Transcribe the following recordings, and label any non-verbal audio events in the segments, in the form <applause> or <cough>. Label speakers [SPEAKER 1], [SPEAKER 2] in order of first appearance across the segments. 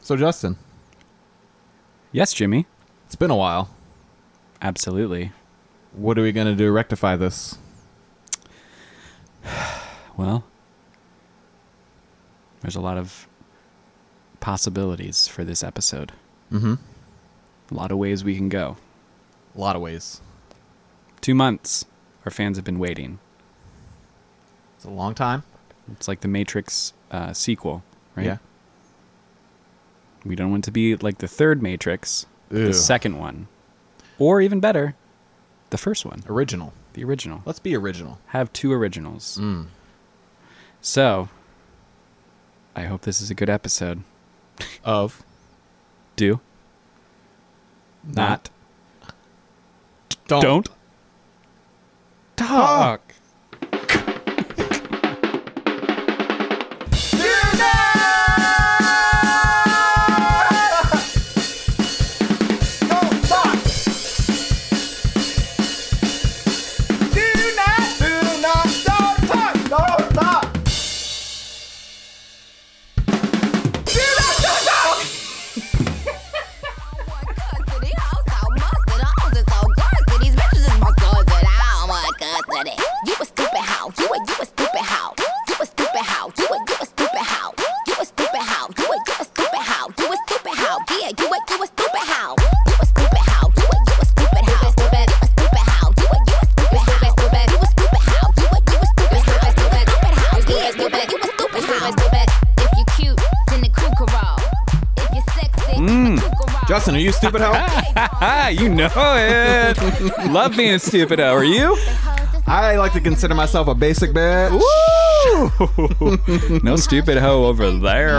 [SPEAKER 1] So, Justin,
[SPEAKER 2] Yes, Jimmy.
[SPEAKER 1] it's been a while.
[SPEAKER 2] Absolutely.
[SPEAKER 1] What are we going to do to rectify this?
[SPEAKER 2] Well, there's a lot of possibilities for this episode.
[SPEAKER 1] Mm-hmm.
[SPEAKER 2] A lot of ways we can go.
[SPEAKER 1] A lot of ways.
[SPEAKER 2] Two months. Our fans have been waiting.
[SPEAKER 1] It's a long time.
[SPEAKER 2] It's like the Matrix uh, sequel, right?
[SPEAKER 1] Yeah.
[SPEAKER 2] We don't want to be like the third Matrix, but
[SPEAKER 1] Ew.
[SPEAKER 2] the second one, or even better, the first one,
[SPEAKER 1] Original.
[SPEAKER 2] the original.
[SPEAKER 1] Let's be original.
[SPEAKER 2] Have two originals. So, I hope this is a good episode.
[SPEAKER 1] Of.
[SPEAKER 2] Do not.
[SPEAKER 1] Don't.
[SPEAKER 2] talk.
[SPEAKER 3] You a stupid how, you a you a stupid how, you a stupid how, you a you a stupid how, you a stupid how, you a you a stupid how, you a stupid how, yeah, you a you a stupid how, you a stupid how, you a you a stupid how, stupid, you a stupid how, you a you a stupid how, stupid, you a stupid how, you a you a stupid how, stupid, stupid how, yeah, stupid, you a stupid how, stupid. If you cute, then the crew corral. If you sexy, then the crew corral.
[SPEAKER 1] Justin, are you stupid how? <laughs>
[SPEAKER 2] Ah, you know it. Love being a stupid Are you?
[SPEAKER 1] I like to consider myself a basic bitch.
[SPEAKER 2] No stupid hoe over there.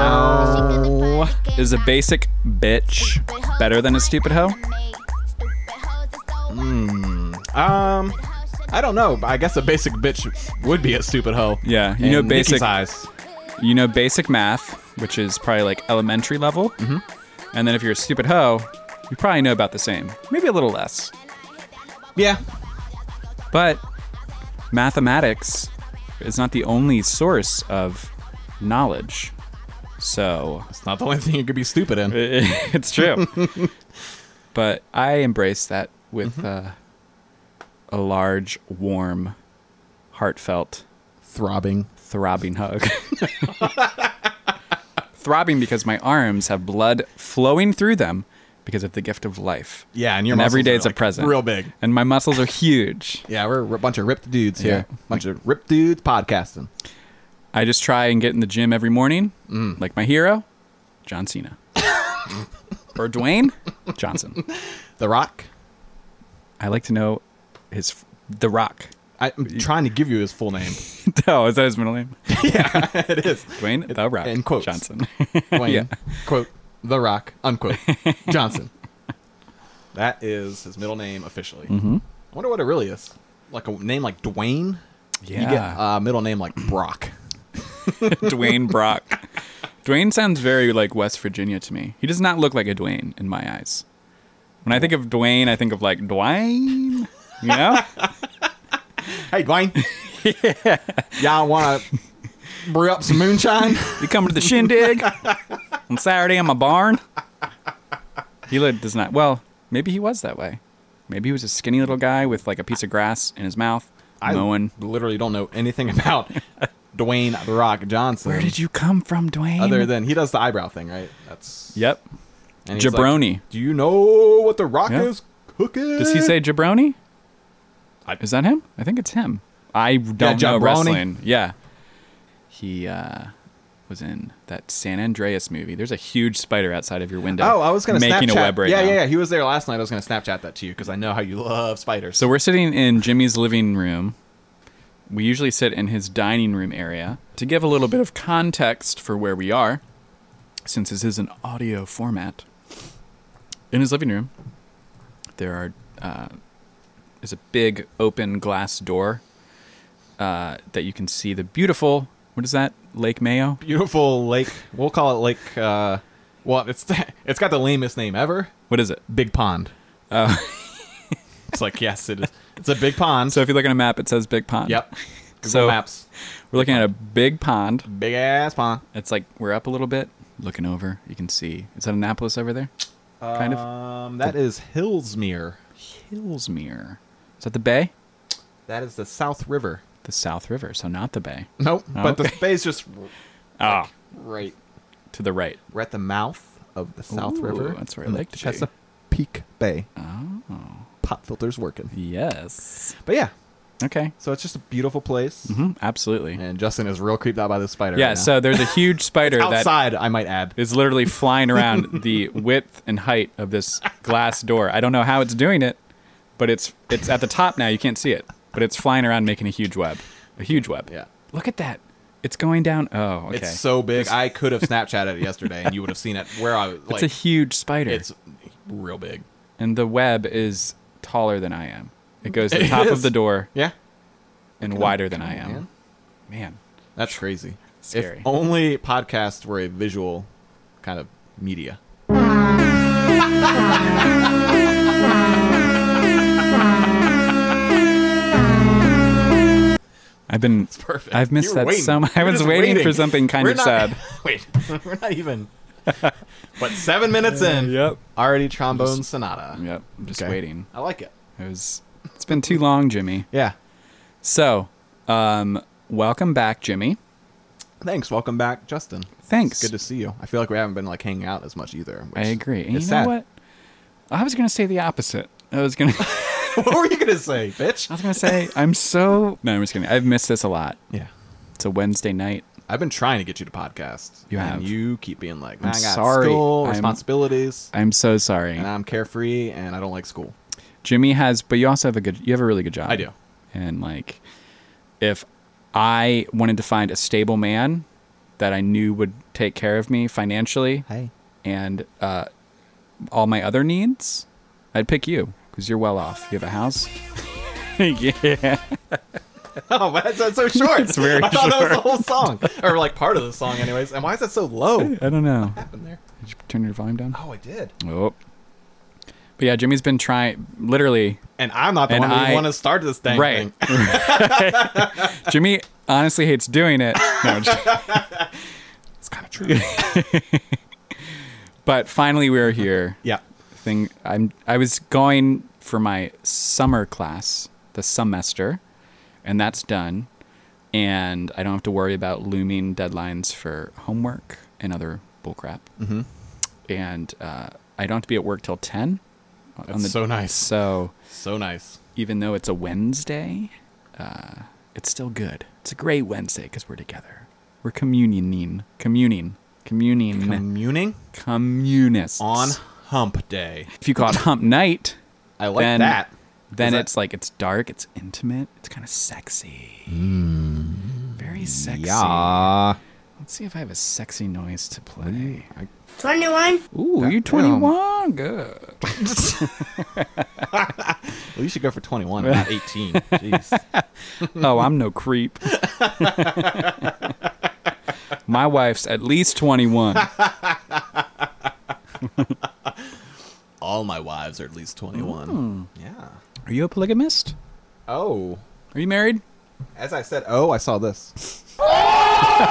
[SPEAKER 2] Is
[SPEAKER 1] Oh.
[SPEAKER 2] a basic bitch better than a stupid hoe?
[SPEAKER 1] Um, I don't know. but I guess a basic bitch would be a stupid hoe.
[SPEAKER 2] Yeah, you know
[SPEAKER 1] In Nikki's
[SPEAKER 2] basic-
[SPEAKER 1] eyes.
[SPEAKER 2] You know basic math, which is probably like elementary level. And then if you're a stupid hoe, you probably know about the same, maybe a little less.
[SPEAKER 1] Yeah.
[SPEAKER 2] But mathematics is not the only source of knowledge.
[SPEAKER 1] <laughs>
[SPEAKER 2] So
[SPEAKER 1] It's not the only thing you could be stupid in.
[SPEAKER 2] it's true. <laughs> but I embrace that with
[SPEAKER 1] Mm-hmm.
[SPEAKER 2] uh, a large, warm, heartfelt,
[SPEAKER 1] Throbbing.
[SPEAKER 2] throbbing
[SPEAKER 1] <laughs>
[SPEAKER 2] hug. <laughs> throbbing because my arms have blood flowing through them because of the gift of life.
[SPEAKER 1] Yeah, and your
[SPEAKER 2] and every
[SPEAKER 1] muscles
[SPEAKER 2] day
[SPEAKER 1] are,
[SPEAKER 2] is a
[SPEAKER 1] like,
[SPEAKER 2] present.
[SPEAKER 1] real big.
[SPEAKER 2] And my muscles are huge.
[SPEAKER 1] Yeah, we're a bunch of ripped dudes here.
[SPEAKER 2] Yeah.
[SPEAKER 1] Bunch of ripped dudes podcasting.
[SPEAKER 2] I just try and get in the gym every morning,
[SPEAKER 1] Mm.
[SPEAKER 2] like my hero, John Cena. <laughs> or Dwayne Johnson.
[SPEAKER 1] The Rock.
[SPEAKER 2] I like to know his f- The Rock. <laughs>
[SPEAKER 1] I, I'm trying to give you his full name.
[SPEAKER 2] oh, is that his middle name?
[SPEAKER 1] <laughs> it is.
[SPEAKER 2] Dwayne The Rock
[SPEAKER 1] in quotes.
[SPEAKER 2] Johnson.
[SPEAKER 1] <laughs> Wayne,
[SPEAKER 2] Yeah.
[SPEAKER 1] quote, The Rock, unquote, <laughs> Johnson. That is his middle name officially. I wonder what it really is. Like a name like Dwayne? You get <laughs>
[SPEAKER 2] Yeah.
[SPEAKER 1] a middle name like Brock.
[SPEAKER 2] Dwayne Brock. Dwayne sounds very like West Virginia to me. He does not look like a Dwayne in my eyes. When I think of Dwayne, I think of like Dwayne. You know?
[SPEAKER 1] <laughs> Hey, <laughs> Dwayne. Y'all want to brew up some <laughs> moonshine?
[SPEAKER 2] you come to the shindig on Saturday in my barn. He li- does not. Well, maybe he was that way. Maybe he was a skinny little guy with like a piece of grass in his mouth,
[SPEAKER 1] I
[SPEAKER 2] mowing.
[SPEAKER 1] literally don't know anything <laughs> about Dwayne The Rock Johnson.
[SPEAKER 2] Where did you come from, Dwayne?
[SPEAKER 1] Other than he does the eyebrow thing, right? That's
[SPEAKER 2] yep,
[SPEAKER 1] and he's like,
[SPEAKER 2] Jabroni.
[SPEAKER 1] Do you know what The Rock
[SPEAKER 2] Yeah.
[SPEAKER 1] is cooking?
[SPEAKER 2] Does he say jabroni?
[SPEAKER 1] I-
[SPEAKER 2] Is that him? I think it's him. I don't know
[SPEAKER 1] jabroni.
[SPEAKER 2] wrestling. Yeah. He uh, was in that San Andreas movie. There's a huge spider outside of your window.
[SPEAKER 1] Oh, I was gonna
[SPEAKER 2] making
[SPEAKER 1] Snapchat.
[SPEAKER 2] a web right
[SPEAKER 1] yeah,
[SPEAKER 2] now.
[SPEAKER 1] yeah, yeah. He was there last night. I was gonna Snapchat that to you because I know how you love spiders.
[SPEAKER 2] So we're sitting in Jimmy's living room. We usually sit in his dining room area. To give a little bit of context for where we are, since this is an audio format, in his living room, there are uh, is a big open glass door uh, that you can see the beautiful what is that Lake Mayo?
[SPEAKER 1] beautiful lake. We'll call it Lake. Uh, well, it's <laughs> it's got the lamest name ever.
[SPEAKER 2] What is it?
[SPEAKER 1] Big Pond.
[SPEAKER 2] <laughs>
[SPEAKER 1] Oh, it's like yes, it is. It's a big pond.
[SPEAKER 2] So if you look at a map, it says Big Pond.
[SPEAKER 1] yep. Google
[SPEAKER 2] So-
[SPEAKER 1] Maps.
[SPEAKER 2] We're looking at a big pond.
[SPEAKER 1] Big ass pond.
[SPEAKER 2] It's like we're up a little bit. looking over. You can see. Is that Annapolis over there? Kind of.
[SPEAKER 1] Um, that is Hillsmere.
[SPEAKER 2] Hillsmere. Is that the bay?
[SPEAKER 1] That is the South River.
[SPEAKER 2] The South River, so not the bay.
[SPEAKER 1] Nope, but the
[SPEAKER 2] Okay. <laughs>
[SPEAKER 1] bay's just
[SPEAKER 2] Ah,
[SPEAKER 1] right.
[SPEAKER 2] to the right.
[SPEAKER 1] We're at the mouth of the South
[SPEAKER 2] Ooh,
[SPEAKER 1] River.
[SPEAKER 2] that's where I
[SPEAKER 1] in
[SPEAKER 2] like to be.
[SPEAKER 1] Chesapeake Bay.
[SPEAKER 2] Oh,
[SPEAKER 1] Pop filter's working.
[SPEAKER 2] yes.
[SPEAKER 1] But yeah,
[SPEAKER 2] Okay.
[SPEAKER 1] so it's just a beautiful place.
[SPEAKER 2] hmm Absolutely.
[SPEAKER 1] Mm-hmm. And Justin is real creeped out by this spider.
[SPEAKER 2] yeah.
[SPEAKER 1] right now.
[SPEAKER 2] So there's a huge spider that
[SPEAKER 1] outside, I might add.
[SPEAKER 2] is
[SPEAKER 1] <laughs>
[SPEAKER 2] literally flying around the width and height of this glass door. I don't know how it's doing it, but it's it's at the top now. You can't see it, but it's flying around making a huge web, a huge web.
[SPEAKER 1] Yeah.
[SPEAKER 2] Look at that. It's going down. Oh, okay.
[SPEAKER 1] It's so big. I could have Snapchatted it yesterday, and you would have seen it where I was. Like,
[SPEAKER 2] it's a huge spider,
[SPEAKER 1] it's real big.
[SPEAKER 2] and the web is taller than I am. It goes to the top
[SPEAKER 1] is.
[SPEAKER 2] of the door
[SPEAKER 1] Yeah,
[SPEAKER 2] and wider than I
[SPEAKER 1] man.
[SPEAKER 2] am. Man,
[SPEAKER 1] that's crazy.
[SPEAKER 2] Scary.
[SPEAKER 1] If only podcasts were a visual kind of media.
[SPEAKER 2] I've been
[SPEAKER 1] Perfect.
[SPEAKER 2] I've missed
[SPEAKER 1] You were
[SPEAKER 2] that
[SPEAKER 1] waiting.
[SPEAKER 2] so much. I
[SPEAKER 1] You were
[SPEAKER 2] was
[SPEAKER 1] just
[SPEAKER 2] waiting, for something kind
[SPEAKER 1] We're
[SPEAKER 2] of
[SPEAKER 1] not- <laughs>
[SPEAKER 2] sad.
[SPEAKER 1] Wait, we're not even. but seven minutes in,
[SPEAKER 2] yep.
[SPEAKER 1] already trombone sonata.
[SPEAKER 2] Yep. I'm just
[SPEAKER 1] Okay.
[SPEAKER 2] waiting.
[SPEAKER 1] I like it.
[SPEAKER 2] It was. It's been too long, Jimmy.
[SPEAKER 1] Yeah.
[SPEAKER 2] So, um, welcome back, Jimmy.
[SPEAKER 1] Thanks. Welcome back, Justin.
[SPEAKER 2] Thanks.
[SPEAKER 1] It's good to see you. I feel like we haven't been like hanging out as much either. which
[SPEAKER 2] I agree. And you know
[SPEAKER 1] is sad. <laughs>
[SPEAKER 2] what? I was gonna say the opposite. I was gonna. <laughs> I
[SPEAKER 1] what were you gonna say, bitch?
[SPEAKER 2] was gonna say I'm so. No, I'm just kidding. I've missed this a lot.
[SPEAKER 1] Yeah.
[SPEAKER 2] It's a Wednesday night.
[SPEAKER 1] I've been trying to get you to podcast.
[SPEAKER 2] You
[SPEAKER 1] and
[SPEAKER 2] have.
[SPEAKER 1] you keep being like, "Man,
[SPEAKER 2] I'm
[SPEAKER 1] I got
[SPEAKER 2] sorry.
[SPEAKER 1] school
[SPEAKER 2] I'm-
[SPEAKER 1] responsibilities,
[SPEAKER 2] I'm so sorry,
[SPEAKER 1] and I'm carefree, and I don't like school." <laughs>
[SPEAKER 2] Jimmy has. But you also have a good. You have a really good job.
[SPEAKER 1] I do.
[SPEAKER 2] And like, if I wanted to find a stable man that I knew would take care of me financially
[SPEAKER 1] Hey.
[SPEAKER 2] and uh, all my other needs, I'd pick you because you're well off. You have a house. <laughs> yeah.
[SPEAKER 1] Oh, why is that so short?
[SPEAKER 2] <laughs> It's very
[SPEAKER 1] <laughs> I thought that was the whole song, or like part of the song, anyways. And why is that so low?
[SPEAKER 2] <laughs>
[SPEAKER 1] What
[SPEAKER 2] I don't know.
[SPEAKER 1] happened there?
[SPEAKER 2] Did you turn your volume down?
[SPEAKER 1] Oh, I did.
[SPEAKER 2] Oh. But yeah, Jimmy's been trying literally
[SPEAKER 1] And I'm not the
[SPEAKER 2] And
[SPEAKER 1] one who
[SPEAKER 2] I-
[SPEAKER 1] want to start this dang
[SPEAKER 2] right.
[SPEAKER 1] thing.
[SPEAKER 2] <laughs> Jimmy honestly hates doing it. No,
[SPEAKER 1] <laughs>
[SPEAKER 2] I'm just-
[SPEAKER 1] It's kind of true.
[SPEAKER 2] <laughs> but finally we are here.
[SPEAKER 1] yeah.
[SPEAKER 2] Thing I'm I was going for my summer class, the semester, and that's done. And I don't have to worry about looming deadlines for homework and other bullcrap. Mm-hmm. And uh, I don't have to be at work till ten. on
[SPEAKER 1] That's so nice.
[SPEAKER 2] So
[SPEAKER 1] So nice.
[SPEAKER 2] even though it's a Wednesday, uh, it's still good. It's a great Wednesday because we're together. We're communioning, communing, communing,
[SPEAKER 1] Communing
[SPEAKER 2] communists.
[SPEAKER 1] on Hump Day.
[SPEAKER 2] if you call it hump night,
[SPEAKER 1] I like
[SPEAKER 2] then
[SPEAKER 1] that.
[SPEAKER 2] then
[SPEAKER 1] Is that-
[SPEAKER 2] it's like it's dark, it's intimate, it's kind of sexy, very sexy.
[SPEAKER 1] Mm. Yeah.
[SPEAKER 2] Let's see if I have a sexy noise to play.
[SPEAKER 4] 21.
[SPEAKER 2] Ooh, you
[SPEAKER 1] you're 21?
[SPEAKER 2] Good.
[SPEAKER 1] Well, you should go for
[SPEAKER 2] <laughs>
[SPEAKER 1] 21, not 18. Jeez.
[SPEAKER 2] oh, I'm
[SPEAKER 1] <laughs>
[SPEAKER 2] no creep. My wife's at least 21.
[SPEAKER 1] All my wives are at least 21. Yeah.
[SPEAKER 2] Are you a polygamist?
[SPEAKER 1] Hmm. Oh.
[SPEAKER 2] Are you married?
[SPEAKER 1] As I said, oh, I saw this. <laughs> It's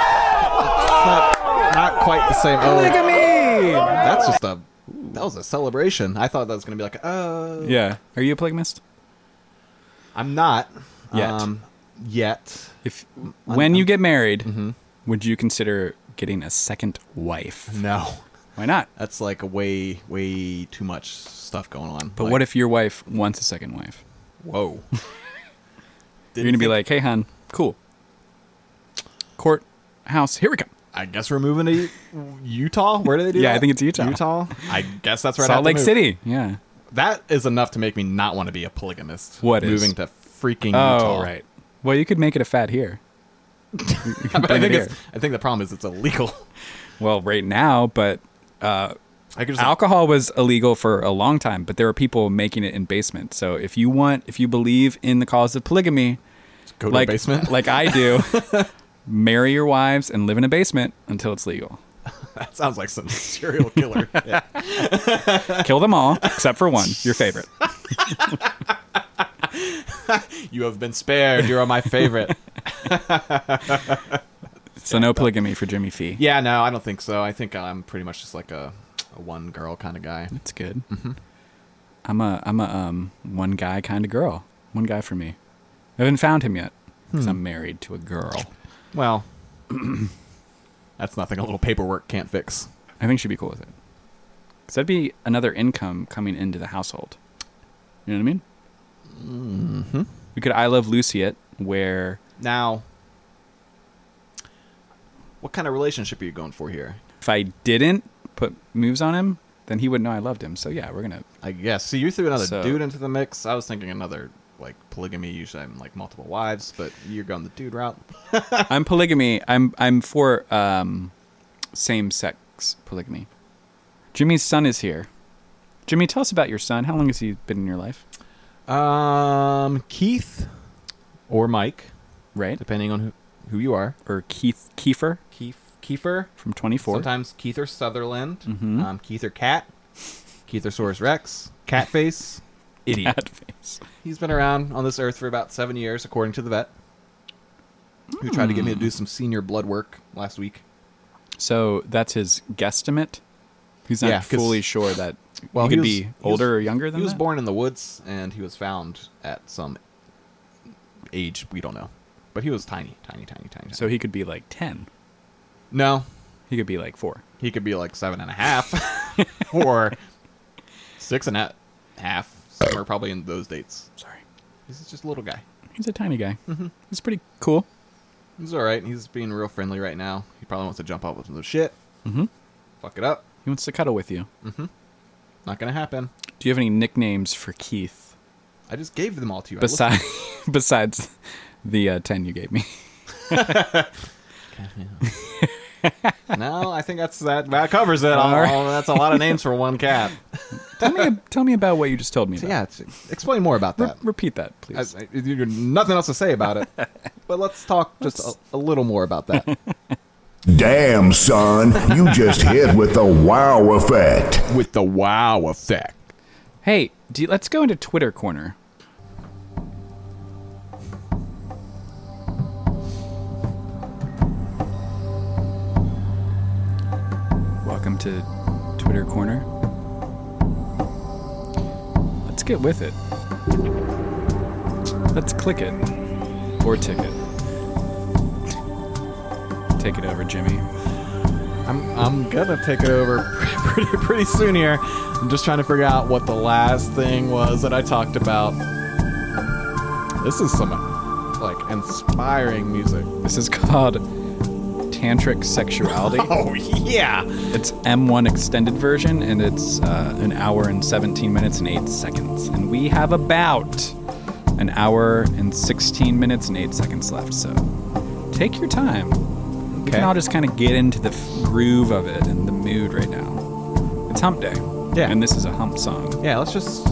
[SPEAKER 1] not, not quite the same. Oh,
[SPEAKER 2] Polygamy!
[SPEAKER 1] that's just a. That was a celebration. I thought that was going to be like, oh.
[SPEAKER 2] Yeah. Are you a polygamist?
[SPEAKER 1] I'm not.
[SPEAKER 2] Yet.
[SPEAKER 1] Um, yet.
[SPEAKER 2] If when you get married,
[SPEAKER 1] Mm-hmm.
[SPEAKER 2] would you consider getting a second wife?
[SPEAKER 1] No.
[SPEAKER 2] Why not?
[SPEAKER 1] That's like a way, way too much stuff going on.
[SPEAKER 2] But what if your wife wants a second wife?
[SPEAKER 1] Whoa.
[SPEAKER 2] <laughs> You're gonna be like, "Hey, hon, cool. Court house, here we come."
[SPEAKER 1] I guess we're moving to Utah. Where do they do
[SPEAKER 2] Yeah,
[SPEAKER 1] that?
[SPEAKER 2] I think it's Utah.
[SPEAKER 1] Utah. I guess that's where I have
[SPEAKER 2] Salt
[SPEAKER 1] to
[SPEAKER 2] Lake
[SPEAKER 1] move.
[SPEAKER 2] City. Yeah.
[SPEAKER 1] That is enough to make me not want to be a polygamist.
[SPEAKER 2] What is?
[SPEAKER 1] moving to freaking Utah?
[SPEAKER 2] Oh, right. Well, you could make it a fat here.
[SPEAKER 1] But <laughs> I
[SPEAKER 2] Bring it
[SPEAKER 1] think it's,
[SPEAKER 2] here.
[SPEAKER 1] I think the problem is it's illegal. <laughs>
[SPEAKER 2] Well, right now, but
[SPEAKER 1] I could just
[SPEAKER 2] alcohol was illegal for a long time, but there were people making it in basements. So if you want, if you believe in the cause of polygamy,
[SPEAKER 1] go to
[SPEAKER 2] like
[SPEAKER 1] the
[SPEAKER 2] <laughs>
[SPEAKER 1] basement.
[SPEAKER 2] like
[SPEAKER 1] <laughs>
[SPEAKER 2] I do, marry your wives and live in a basement until it's legal.
[SPEAKER 1] that sounds like some serial killer.
[SPEAKER 2] <laughs>
[SPEAKER 1] <laughs> Yeah.
[SPEAKER 2] Kill them all except for one, your favorite.
[SPEAKER 1] You have been spared. You are my favorite.
[SPEAKER 2] So no polygamy for Jimmy Fee.
[SPEAKER 1] <laughs> Yeah, no, I don't think so. I think I'm pretty much just like a, a one girl kind of guy.
[SPEAKER 2] That's good.
[SPEAKER 1] Mm-hmm.
[SPEAKER 2] I'm a I'm a um one guy kind of girl. One guy for me. I haven't found him yet because
[SPEAKER 1] Hmm.
[SPEAKER 2] I'm married to a girl.
[SPEAKER 1] Well, <clears throat> that's nothing a little paperwork can't fix.
[SPEAKER 2] I think she'd be cool with it. Cause that'd be another income coming into the household. You know what I mean? Mm-hmm. We could I Love Lucy it where
[SPEAKER 1] Now, what kind of relationship are you going for here?
[SPEAKER 2] if I didn't put moves on him, then he would know I loved him. So yeah, we're gonna
[SPEAKER 1] I guess. So you threw another
[SPEAKER 2] So-
[SPEAKER 1] dude into the mix. I was thinking another like polygamy. Usually I'm like multiple wives, but you're going the dude route.
[SPEAKER 2] I'm polygamy. I'm I'm for um, same sex polygamy. Jimmy's son is here. Jimmy, tell us about your son. How long has he been in your life?
[SPEAKER 1] Um, Keith or Mike,
[SPEAKER 2] Right?
[SPEAKER 1] depending on who, who you are.
[SPEAKER 2] Or Keith Kiefer
[SPEAKER 1] Keith, Kiefer.
[SPEAKER 2] from 24. <laughs>
[SPEAKER 1] Sometimes Keith or Sutherland. Um, Keith or Cat. Keith or Saurus Rex. Catface. <laughs> Idiot.
[SPEAKER 2] Bad face.
[SPEAKER 1] He's been around on this earth for about seven years, according to the vet, who tried to get me to
[SPEAKER 2] Hmm.
[SPEAKER 1] do some senior blood work last week.
[SPEAKER 2] So that's his guesstimate. He's not
[SPEAKER 1] Yeah, 'cause-
[SPEAKER 2] fully sure that
[SPEAKER 1] Well,
[SPEAKER 2] he could
[SPEAKER 1] he was-
[SPEAKER 2] be
[SPEAKER 1] he
[SPEAKER 2] older
[SPEAKER 1] was-
[SPEAKER 2] or younger than
[SPEAKER 1] he was
[SPEAKER 2] that?
[SPEAKER 1] born in the woods, and he was found at some age we don't know. But he was tiny, tiny, tiny, tiny.
[SPEAKER 2] So
[SPEAKER 1] tiny.
[SPEAKER 2] he could be like 10.
[SPEAKER 1] no,
[SPEAKER 2] He could be like 4.
[SPEAKER 1] he could be like seven and a
[SPEAKER 2] <laughs>
[SPEAKER 1] half or six and a half, somewhere probably in those dates.
[SPEAKER 2] Sorry.
[SPEAKER 1] He's just a little guy.
[SPEAKER 2] He's a tiny guy.
[SPEAKER 1] Mm-hmm.
[SPEAKER 2] He's pretty cool.
[SPEAKER 1] He's all right. He's being real friendly right now. He probably wants to jump off with some shit,
[SPEAKER 2] Mhm.
[SPEAKER 1] fuck it up.
[SPEAKER 2] He wants to cuddle with you.
[SPEAKER 1] Not gonna happen.
[SPEAKER 2] Do you have any nicknames for Keith?
[SPEAKER 1] I just gave them all to you. I listened-
[SPEAKER 2] besides <laughs> besides the uh, 10
[SPEAKER 1] <laughs>
[SPEAKER 2] you gave me
[SPEAKER 1] no, I think that's that. That covers it. <laughs> All
[SPEAKER 2] All right.
[SPEAKER 1] That's a lot of names for one cat.
[SPEAKER 2] tell me tell me about what you just told me
[SPEAKER 1] So uh,
[SPEAKER 2] about.
[SPEAKER 1] <laughs> yeah, it's, explain more about
[SPEAKER 2] Re-
[SPEAKER 1] that.
[SPEAKER 2] repeat that
[SPEAKER 1] I,
[SPEAKER 2] please
[SPEAKER 1] I, you- nothing else to say about <laughs> it. But let's talk just a, a little more about that.
[SPEAKER 4] Damn, son, you just hit with the wow effect.
[SPEAKER 1] <laughs> With the wow effect.
[SPEAKER 2] hey do you, let's go into twitter corner welcome to twitter corner let's get with it let's click it or tick it take it over jimmy
[SPEAKER 1] I'm, I'm gonna take it over <laughs> pretty pretty soon here. I'm just trying to figure out what the last thing was that I talked about. This is some like inspiring music.
[SPEAKER 2] This is <laughs> called Tantric Sexuality.
[SPEAKER 1] Oh yeah.
[SPEAKER 2] it's M1 extended version, and it's uh, an hour and 17 minutes and 8 seconds. And we have about an hour and 16 minutes and 8 seconds left, so take your time. We
[SPEAKER 1] Okay.
[SPEAKER 2] can all just kind of get into the f- groove of it and the mood right now. It's hump day.
[SPEAKER 1] Yeah.
[SPEAKER 2] And this is a hump song.
[SPEAKER 1] Yeah, let's just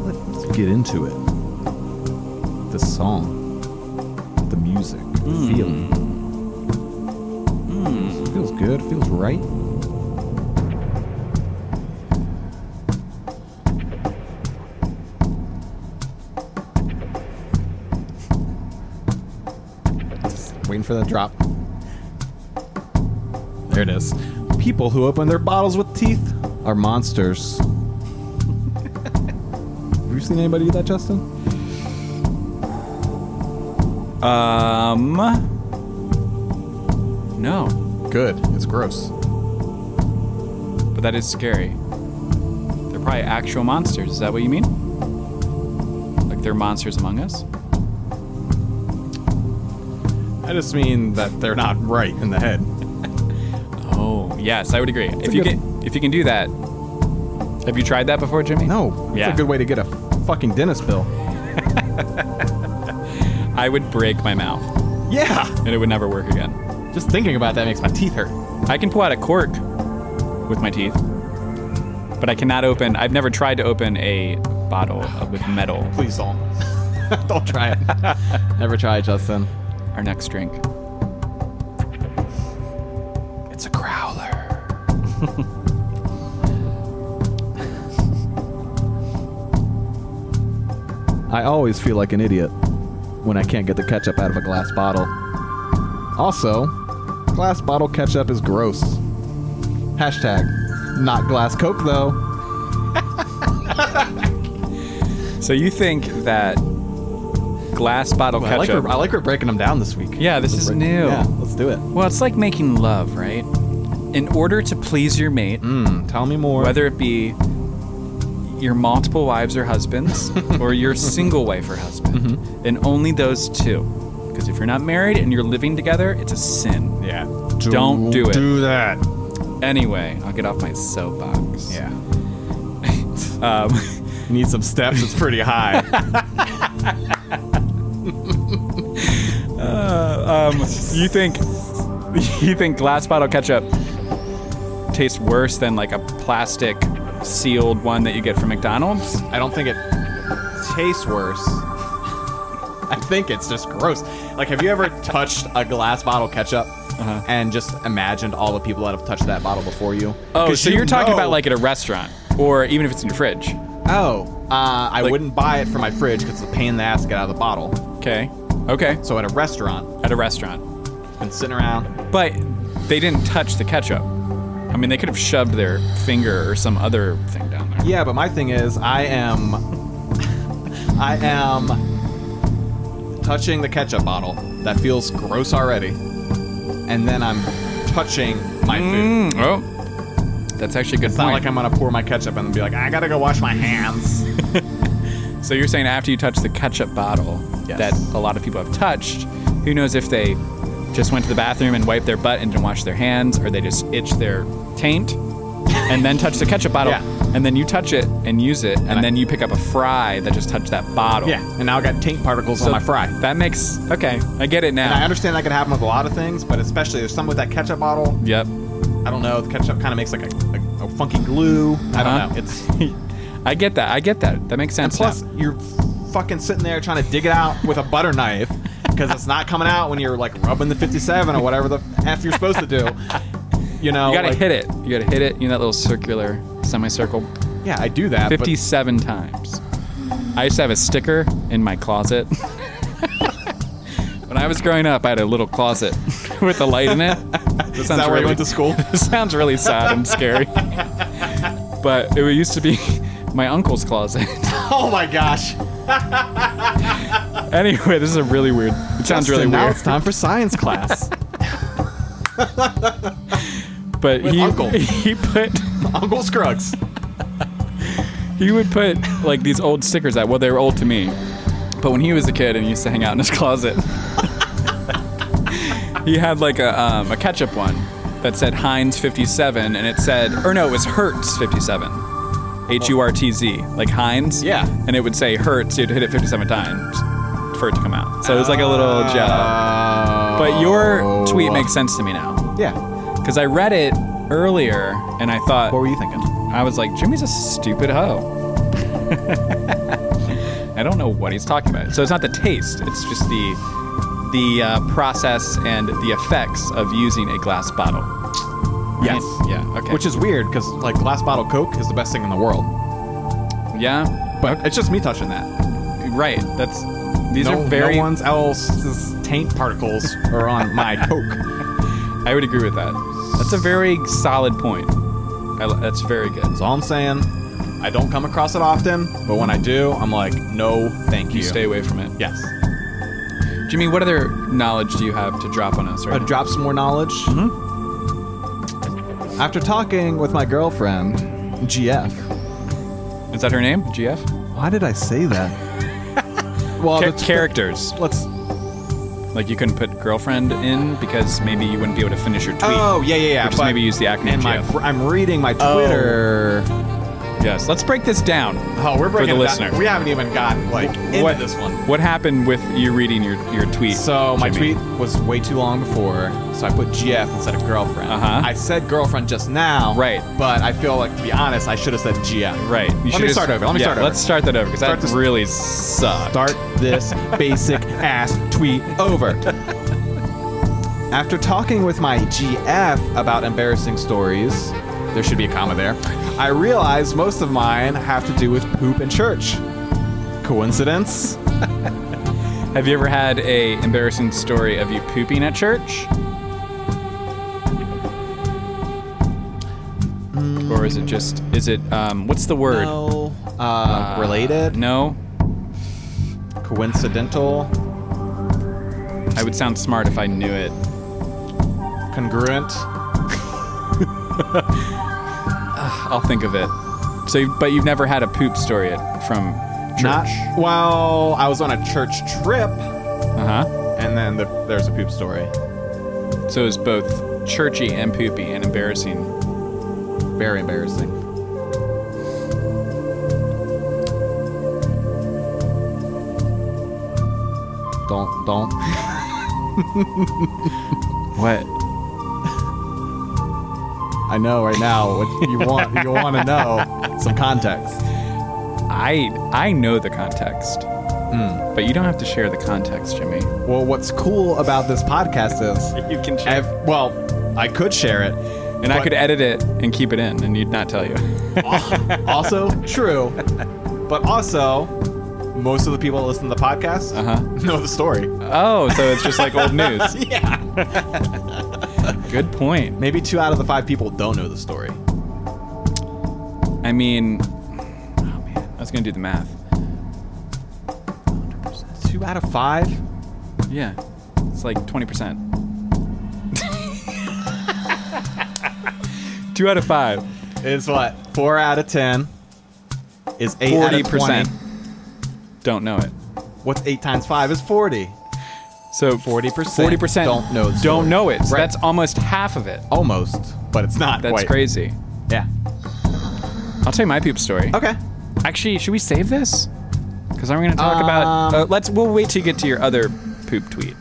[SPEAKER 1] let's, let's get into it. The song, the music, the feeling. Feels good. Feels right. Just Waiting for the drop. There it is. People who open their bottles with teeth are monsters. Have you seen anybody do that, Justin?
[SPEAKER 2] Um. No,
[SPEAKER 1] Good. It's gross.
[SPEAKER 2] but that is scary. They're probably actual monsters. Is that what you mean? Like they're monsters among us?
[SPEAKER 1] I just mean that they're not right in the head.
[SPEAKER 2] Oh yes, I would agree.
[SPEAKER 1] a
[SPEAKER 2] if you
[SPEAKER 1] good-
[SPEAKER 2] can, if you can do that, have you tried that before, Jimmy?
[SPEAKER 1] No. That's
[SPEAKER 2] Yeah.
[SPEAKER 1] a good way to get a fucking dentist bill.
[SPEAKER 2] I would break my mouth,
[SPEAKER 1] Yeah.
[SPEAKER 2] and it would never work again.
[SPEAKER 1] Just thinking about that makes my teeth hurt.
[SPEAKER 2] I can pull out a cork with my teeth, but I cannot open. I've never tried to open a bottle
[SPEAKER 1] Oh,
[SPEAKER 2] with metal.
[SPEAKER 1] Please don't. <laughs> don't try it. <laughs> Never try it, Justin.
[SPEAKER 2] Our next drink.
[SPEAKER 1] It's a <laughs> growler. I always feel like an idiot when I can't get the ketchup out of a glass bottle. Also, glass bottle ketchup is gross. Hashtag, not glass Coke though.
[SPEAKER 2] So you think that glass bottle
[SPEAKER 1] I like,
[SPEAKER 2] ketchup?
[SPEAKER 1] we're, I like we're breaking them down this week.
[SPEAKER 2] yeah, this is new.
[SPEAKER 1] Yeah, let's do it.
[SPEAKER 2] Well, it's like making love, right? In order to please your mate,
[SPEAKER 1] Mm, tell me more.
[SPEAKER 2] whether it be your multiple wives or <laughs> husbands or your single wife or husband, and only those two. Because if you're not married and you're living together, it's a sin.
[SPEAKER 1] yeah,
[SPEAKER 2] Don't do it.
[SPEAKER 1] Do that.
[SPEAKER 2] Anyway, I'll get off my soapbox.
[SPEAKER 1] Yeah,
[SPEAKER 2] <laughs> Um,
[SPEAKER 1] you need some steps. It's pretty high.
[SPEAKER 2] um, you think <laughs> you think glass bottle ketchup tastes worse than like a plastic sealed one that you get from McDonald's?
[SPEAKER 1] I don't think it tastes worse. I think it's just gross. Like, have you ever touched a glass bottle ketchup
[SPEAKER 2] Uh-huh.
[SPEAKER 1] and just imagined all the people that have touched that bottle before you?
[SPEAKER 2] Oh,
[SPEAKER 1] 'Cause
[SPEAKER 2] so
[SPEAKER 1] you
[SPEAKER 2] you're talking
[SPEAKER 1] know-
[SPEAKER 2] about like at a restaurant or even if it's in your fridge.
[SPEAKER 1] oh, uh, I wouldn't buy it for my fridge because it's a pain in the ass to get out of the bottle.
[SPEAKER 2] Okay. Okay.
[SPEAKER 1] So at a restaurant,
[SPEAKER 2] At a restaurant.
[SPEAKER 1] I've been sitting around.
[SPEAKER 2] But they didn't touch the ketchup. I mean, they could have shoved their finger or some other thing down there.
[SPEAKER 1] Yeah, but my thing is, I am, <laughs> I am touching the ketchup bottle. That feels gross already, and then I'm touching my food.
[SPEAKER 2] Mm, oh. That's actually a good
[SPEAKER 1] It's
[SPEAKER 2] point.
[SPEAKER 1] not like I'm gonna pour my ketchup and be like, I gotta go wash my hands.
[SPEAKER 2] So you're saying after you touch the ketchup bottle
[SPEAKER 1] Yes.
[SPEAKER 2] that a lot of people have touched, who knows if they just went to the bathroom and wiped their butt and didn't wash their hands, or they just itched their taint and then touched the ketchup bottle,
[SPEAKER 1] Yeah.
[SPEAKER 2] and then you touch it and use it,
[SPEAKER 1] I-
[SPEAKER 2] and, then you pick up a fry that just touched that bottle.
[SPEAKER 1] yeah, and now I got taint particles
[SPEAKER 2] So
[SPEAKER 1] on my fry. And
[SPEAKER 2] That makes okay. I get it
[SPEAKER 1] I
[SPEAKER 2] now.
[SPEAKER 1] understand that could happen with a lot of things, but especially there's some with that ketchup bottle.
[SPEAKER 2] Yep.
[SPEAKER 1] I don't know. The ketchup kind of makes like a, a, a funky glue. I
[SPEAKER 2] Uh-huh.
[SPEAKER 1] don't know. <laughs> It's
[SPEAKER 2] I get that. I get that. That makes sense.
[SPEAKER 1] plus
[SPEAKER 2] now.
[SPEAKER 1] you're fucking sitting there trying to dig it out with a butter knife because it's not coming out when you're like rubbing the 57 or whatever the f you're supposed to do. You know,
[SPEAKER 2] you gotta
[SPEAKER 1] like-
[SPEAKER 2] hit it. You gotta hit it. You know that little circular semicircle.
[SPEAKER 1] Yeah, I do that. but-
[SPEAKER 2] 57 times. I used to have a sticker in my closet. <laughs> when I was growing up, I had a little closet <laughs> with a light
[SPEAKER 1] <laughs>
[SPEAKER 2] in it. Is
[SPEAKER 1] that where you
[SPEAKER 2] <laughs>
[SPEAKER 1] went to <laughs> school?
[SPEAKER 2] This sounds really sad
[SPEAKER 1] <laughs>
[SPEAKER 2] and scary. but it used to be <laughs> my uncle's closet. <laughs>
[SPEAKER 1] oh my gosh.
[SPEAKER 2] anyway, this is a really weird. It sounds really
[SPEAKER 1] Justin, now
[SPEAKER 2] weird.
[SPEAKER 1] it's time for science <laughs> class.
[SPEAKER 2] But
[SPEAKER 1] with
[SPEAKER 2] he
[SPEAKER 1] uncle.
[SPEAKER 2] <laughs> he put
[SPEAKER 1] Uncle Scruggs.
[SPEAKER 2] he would put like these old stickers out. Well, they were old to me, but when he was a kid and he used to hang out in his <laughs> closet, he had like a um, a ketchup one that said Heinz 57, and it said, or no, it was Hertz 57, H U R T Z, like Heinz.
[SPEAKER 1] Yeah.
[SPEAKER 2] And it would say Hertz. You'd hit it 57 times for it to come out. So it was like a little joke.
[SPEAKER 1] Uh,
[SPEAKER 2] But your tweet makes sense to me now
[SPEAKER 1] Oh. Yeah.
[SPEAKER 2] because I read it earlier and I thought,
[SPEAKER 1] What were you thinking?
[SPEAKER 2] I was like, Jimmy's a stupid hoe. <laughs> I don't know what he's talking about. So it's not the taste; it's just the the uh, process and the effects of using a glass bottle.
[SPEAKER 1] Yes.
[SPEAKER 2] Yeah. Okay.
[SPEAKER 1] Which is weird because like glass bottle Coke is the best thing in the world,
[SPEAKER 2] yeah,
[SPEAKER 1] but it's just me touching that.
[SPEAKER 2] right. That's these
[SPEAKER 1] no,
[SPEAKER 2] are very.
[SPEAKER 1] no one's else's taint particles are on
[SPEAKER 2] <laughs>
[SPEAKER 1] my Coke.
[SPEAKER 2] I would agree with that. That's a very solid point. I, li- that's very good.
[SPEAKER 1] That's all I'm saying. I don't come across it often, but when I do, I'm like, no, thank you.
[SPEAKER 2] You stay away from it.
[SPEAKER 1] Yes.
[SPEAKER 2] Jimmy, what other knowledge do you have to drop on us right
[SPEAKER 1] I
[SPEAKER 2] now?
[SPEAKER 1] drop some more knowledge.
[SPEAKER 2] Mm-hmm.
[SPEAKER 1] After talking with my girlfriend, GF.
[SPEAKER 2] Is that her name? GF?
[SPEAKER 1] Why did I say that?
[SPEAKER 2] <laughs>
[SPEAKER 1] well,
[SPEAKER 2] Cha-
[SPEAKER 1] that's-
[SPEAKER 2] characters.
[SPEAKER 1] Let's
[SPEAKER 2] Like you couldn't put girlfriend in because maybe you wouldn't be able to finish your tweet.
[SPEAKER 1] Oh yeah, yeah, yeah.
[SPEAKER 2] Or just
[SPEAKER 1] but-
[SPEAKER 2] maybe use the acronym
[SPEAKER 1] And my,
[SPEAKER 2] GF.
[SPEAKER 1] I'm reading my Twitter. Oh,
[SPEAKER 2] Yes. Let's break this down.
[SPEAKER 1] we're breaking
[SPEAKER 2] for the
[SPEAKER 1] it down.
[SPEAKER 2] listener.
[SPEAKER 1] We haven't even gotten like into
[SPEAKER 2] what,
[SPEAKER 1] this one.
[SPEAKER 2] What happened with you reading your, your tweet?
[SPEAKER 1] So my
[SPEAKER 2] Jimmy?
[SPEAKER 1] tweet was way too long before, so I put GF instead of girlfriend.
[SPEAKER 2] Uh-huh.
[SPEAKER 1] I said girlfriend just now,
[SPEAKER 2] Right.
[SPEAKER 1] But I feel like, to be honest, I should have said GF.
[SPEAKER 2] Right. You
[SPEAKER 1] Let
[SPEAKER 2] should
[SPEAKER 1] me
[SPEAKER 2] just-
[SPEAKER 1] start over. Let me
[SPEAKER 2] yeah,
[SPEAKER 1] start over.
[SPEAKER 2] Let's start that over because
[SPEAKER 1] Start
[SPEAKER 2] that
[SPEAKER 1] this-
[SPEAKER 2] really sucked.
[SPEAKER 1] start this basic ass tweet over. After talking with my GF about embarrassing stories, there should be a comma there, I realized most of mine have to do with poop and church. Coincidence?
[SPEAKER 2] Have you ever had a embarrassing story of you pooping at church? Or is it just is it um what's the word?
[SPEAKER 1] No. Uh, related?
[SPEAKER 2] No?
[SPEAKER 1] Coincidental?
[SPEAKER 2] I would sound smart if I knew it.
[SPEAKER 1] Congruent?
[SPEAKER 2] I'll think of it. So but you've never had a poop story at, from church.
[SPEAKER 1] Not. Well, I was on a church trip,
[SPEAKER 2] uh-huh.
[SPEAKER 1] and then the, there's a poop story.
[SPEAKER 2] So it's both churchy and poopy and embarrassing.
[SPEAKER 1] Very embarrassing. Don't, don't. <laughs>
[SPEAKER 2] What?
[SPEAKER 1] I know right now what you want. You want to know some context.
[SPEAKER 2] I I know the context. But you don't have to share the context, Jimmy.
[SPEAKER 1] Well, what's cool about this podcast is,
[SPEAKER 2] You can
[SPEAKER 1] ev- well, I could share it,
[SPEAKER 2] and I could edit it and keep it in and you'd not tell you. <laughs>
[SPEAKER 1] also true, but also most of the people that listen to the podcast
[SPEAKER 2] Uh-huh.
[SPEAKER 1] <laughs> know the story.
[SPEAKER 2] Oh, so it's just like old news. <laughs> yeah. Good point.
[SPEAKER 1] Maybe two out of the five people don't know the story.
[SPEAKER 2] I mean, oh man, I was going to do the math.
[SPEAKER 1] Two out of five?
[SPEAKER 2] Yeah. It's like 20%. <laughs> Two out of five.
[SPEAKER 1] Is what? Four out of ten is eight out of
[SPEAKER 2] 40%.
[SPEAKER 1] 20.
[SPEAKER 2] Don't know it.
[SPEAKER 1] What's eight times five is 40.
[SPEAKER 2] So
[SPEAKER 1] 40%
[SPEAKER 2] 40%
[SPEAKER 1] don't know the story.
[SPEAKER 2] Don't know it. So
[SPEAKER 1] Right.
[SPEAKER 2] that's almost half of it.
[SPEAKER 1] Almost, but it's not
[SPEAKER 2] That's
[SPEAKER 1] quite.
[SPEAKER 2] crazy.
[SPEAKER 1] Yeah.
[SPEAKER 2] I'll tell you my poop story.
[SPEAKER 1] <laughs> Okay.
[SPEAKER 2] Actually, should we save this? Because I'm going to talk about.
[SPEAKER 1] Um,
[SPEAKER 2] Uh, let's. We'll wait till you get to your other poop tweet.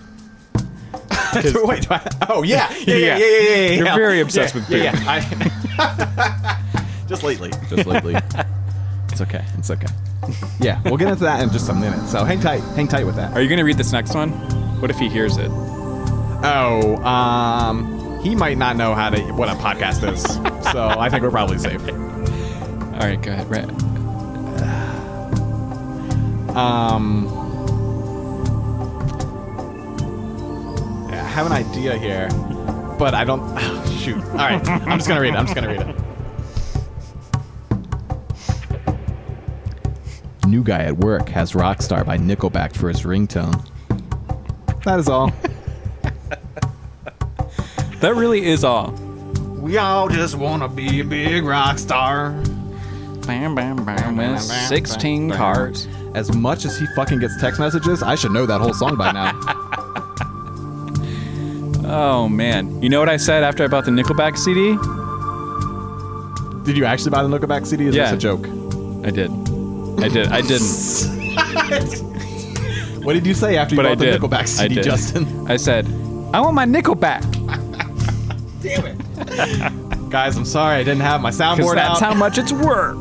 [SPEAKER 1] <laughs> Wait, do I- oh, <laughs> yeah. Yeah, yeah, yeah, yeah,
[SPEAKER 2] Yeah.
[SPEAKER 1] yeah. yeah,
[SPEAKER 2] You're
[SPEAKER 1] yeah.
[SPEAKER 2] very obsessed
[SPEAKER 1] Yeah,
[SPEAKER 2] with
[SPEAKER 1] yeah, yeah. I- <laughs> Just lately. Just <laughs> lately. it's okay. It's <laughs> okay. Yeah, we'll get into that in just a minute. So hang tight. Hang tight with that.
[SPEAKER 2] Are you going to read this next one? What if he hears it?
[SPEAKER 1] Oh, um, he might not know how to what a podcast is, so I think we're probably safe.
[SPEAKER 2] All right, go ahead. Right.
[SPEAKER 1] Um, yeah, I have an idea here, but I don't. <sighs> shoot. All right, I'm just gonna read it. I'm just gonna read it. New guy at work has "Rockstar" by Nickelback for his ringtone. That is all.
[SPEAKER 2] That really is all.
[SPEAKER 1] we all just wanna be a big rock star.
[SPEAKER 2] Bam, bam, bam. With 16 cards.
[SPEAKER 1] As much as he fucking gets text messages, I should know that whole song by now. <laughs>
[SPEAKER 2] Oh man. You know what I said after I bought the Nickelback CD?
[SPEAKER 1] Did you actually buy the Nickelback CD? Is
[SPEAKER 2] Yeah.
[SPEAKER 1] this a joke?
[SPEAKER 2] I did. I did. I
[SPEAKER 1] <laughs>
[SPEAKER 2] didn't.
[SPEAKER 1] What did you say after you
[SPEAKER 2] But
[SPEAKER 1] bought
[SPEAKER 2] I
[SPEAKER 1] the
[SPEAKER 2] did.
[SPEAKER 1] Nickelback
[SPEAKER 2] I
[SPEAKER 1] CD,
[SPEAKER 2] did.
[SPEAKER 1] Justin?
[SPEAKER 2] I said, I want my Nickelback
[SPEAKER 1] <laughs> Damn it. <laughs> Guys, I'm sorry I didn't have my
[SPEAKER 2] because
[SPEAKER 1] soundboard out.
[SPEAKER 2] that's how much it's worth.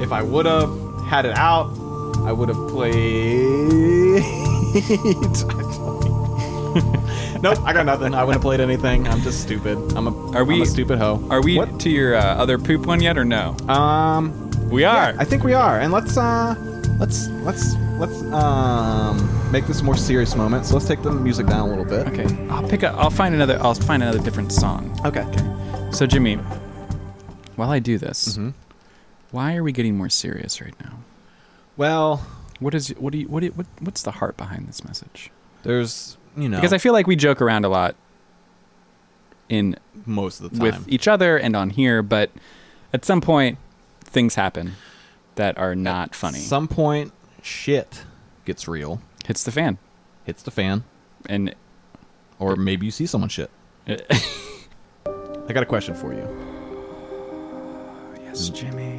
[SPEAKER 1] if I would have had it out, I would have played. <laughs> nope, I got nothing. I wouldn't have played anything. I'm just stupid. I'm a
[SPEAKER 2] Are we-
[SPEAKER 1] I'm a stupid hoe.
[SPEAKER 2] Are we
[SPEAKER 1] What?
[SPEAKER 2] to your uh, other poop one yet or no?
[SPEAKER 1] Um,
[SPEAKER 2] We are.
[SPEAKER 1] I think we are. And let's uh let's let's let's um make this a more serious moment. So let's take the music down a little bit.
[SPEAKER 2] Okay, I'll pick up. I'll find another. I'll find another different song.
[SPEAKER 1] Okay.
[SPEAKER 2] So Jimmy, while I do this,
[SPEAKER 1] Mm-hmm.
[SPEAKER 2] why are we getting more serious right now?
[SPEAKER 1] Well,
[SPEAKER 2] What is? What do you? What, do you, what? What's the heart behind this message?
[SPEAKER 1] there's you know
[SPEAKER 2] Because I feel like we joke around a lot in
[SPEAKER 1] most of the time.
[SPEAKER 2] with e each other and on here, but at some point things happen that are not funny.
[SPEAKER 1] some point, shit gets real,
[SPEAKER 2] Hits the fan,
[SPEAKER 1] hits the fan,
[SPEAKER 2] and
[SPEAKER 1] or maybe you see someone shit.
[SPEAKER 2] yes,
[SPEAKER 1] I got a question for you.
[SPEAKER 2] Jimmy.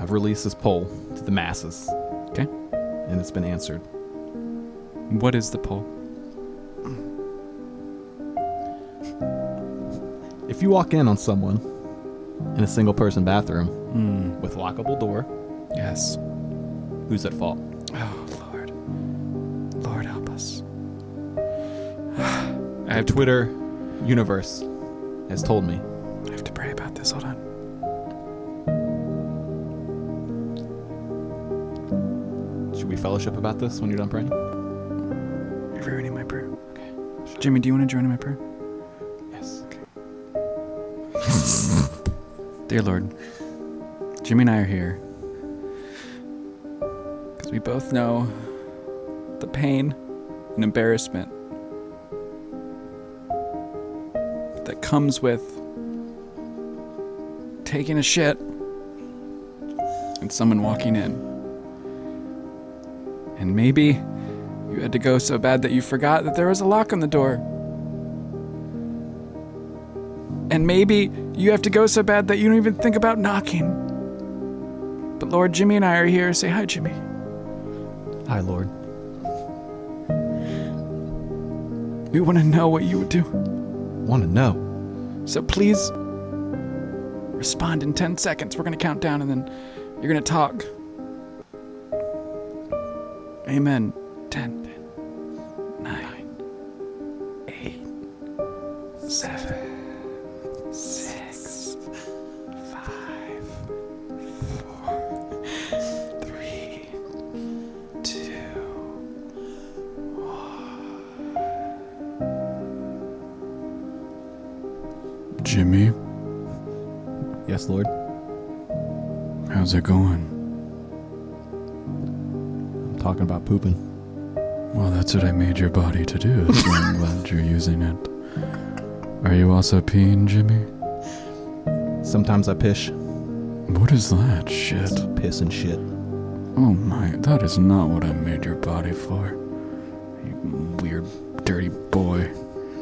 [SPEAKER 1] I've released this poll to the masses,
[SPEAKER 2] Okay,
[SPEAKER 1] and it's been answered.
[SPEAKER 2] what is the poll?
[SPEAKER 1] If you walk in on someone in a single person bathroom with lockable door,
[SPEAKER 2] Hmm. Yes.
[SPEAKER 1] who's at fault?
[SPEAKER 2] Oh Lord, Lord help us. <sighs> I have to
[SPEAKER 1] Twitter universe has told me
[SPEAKER 2] I have to pray about this. Hold on.
[SPEAKER 1] Should we fellowship about this when you're done praying?
[SPEAKER 2] ruining my prayer. Okay. Jimmy, do you want to join in my prayer?
[SPEAKER 1] Yes.
[SPEAKER 2] Dear Lord, Jimmy and I are here because we both know the pain and embarrassment that comes with taking a shit and someone walking in. And maybe you had to go so bad that you forgot that there was a lock on the door. And maybe you have to go so bad that you don't even think about knocking. But Lord, Jimmy and I are here. Say hi, Jimmy.
[SPEAKER 5] Hi, Lord.
[SPEAKER 2] We want to know what you would do.
[SPEAKER 5] Want to know?
[SPEAKER 2] So please respond in 10 seconds. We're going to count down and then you're going to talk. Amen. 10, 9, 8, 7, 6, 5, 4, 3, 2, Jimmy,
[SPEAKER 5] Yes, Lord.
[SPEAKER 2] how's it going?
[SPEAKER 5] I'm talking about pooping.
[SPEAKER 2] Well, that's what I made your body to do, so I'm glad you're using it. Are you also peeing, Jimmy?
[SPEAKER 5] Sometimes I pish.
[SPEAKER 2] What is that shit?
[SPEAKER 5] Piss and shit.
[SPEAKER 2] Oh my, that is not what I made your body for. You weird, dirty boy.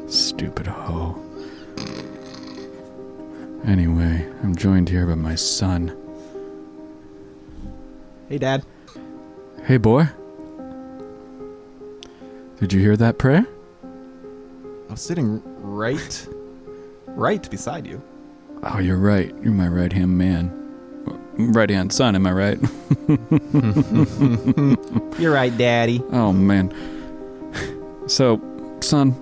[SPEAKER 2] Stupid hoe. Anyway, I'm joined here by my son.
[SPEAKER 5] Hey, Dad.
[SPEAKER 2] Hey, boy. Did you hear that prayer?
[SPEAKER 5] I'm sitting right, right beside you.
[SPEAKER 2] Oh, you're right. You're my right hand man. Right hand son, am I right? <laughs>
[SPEAKER 5] You're right, Daddy.
[SPEAKER 2] Oh, man. So, son,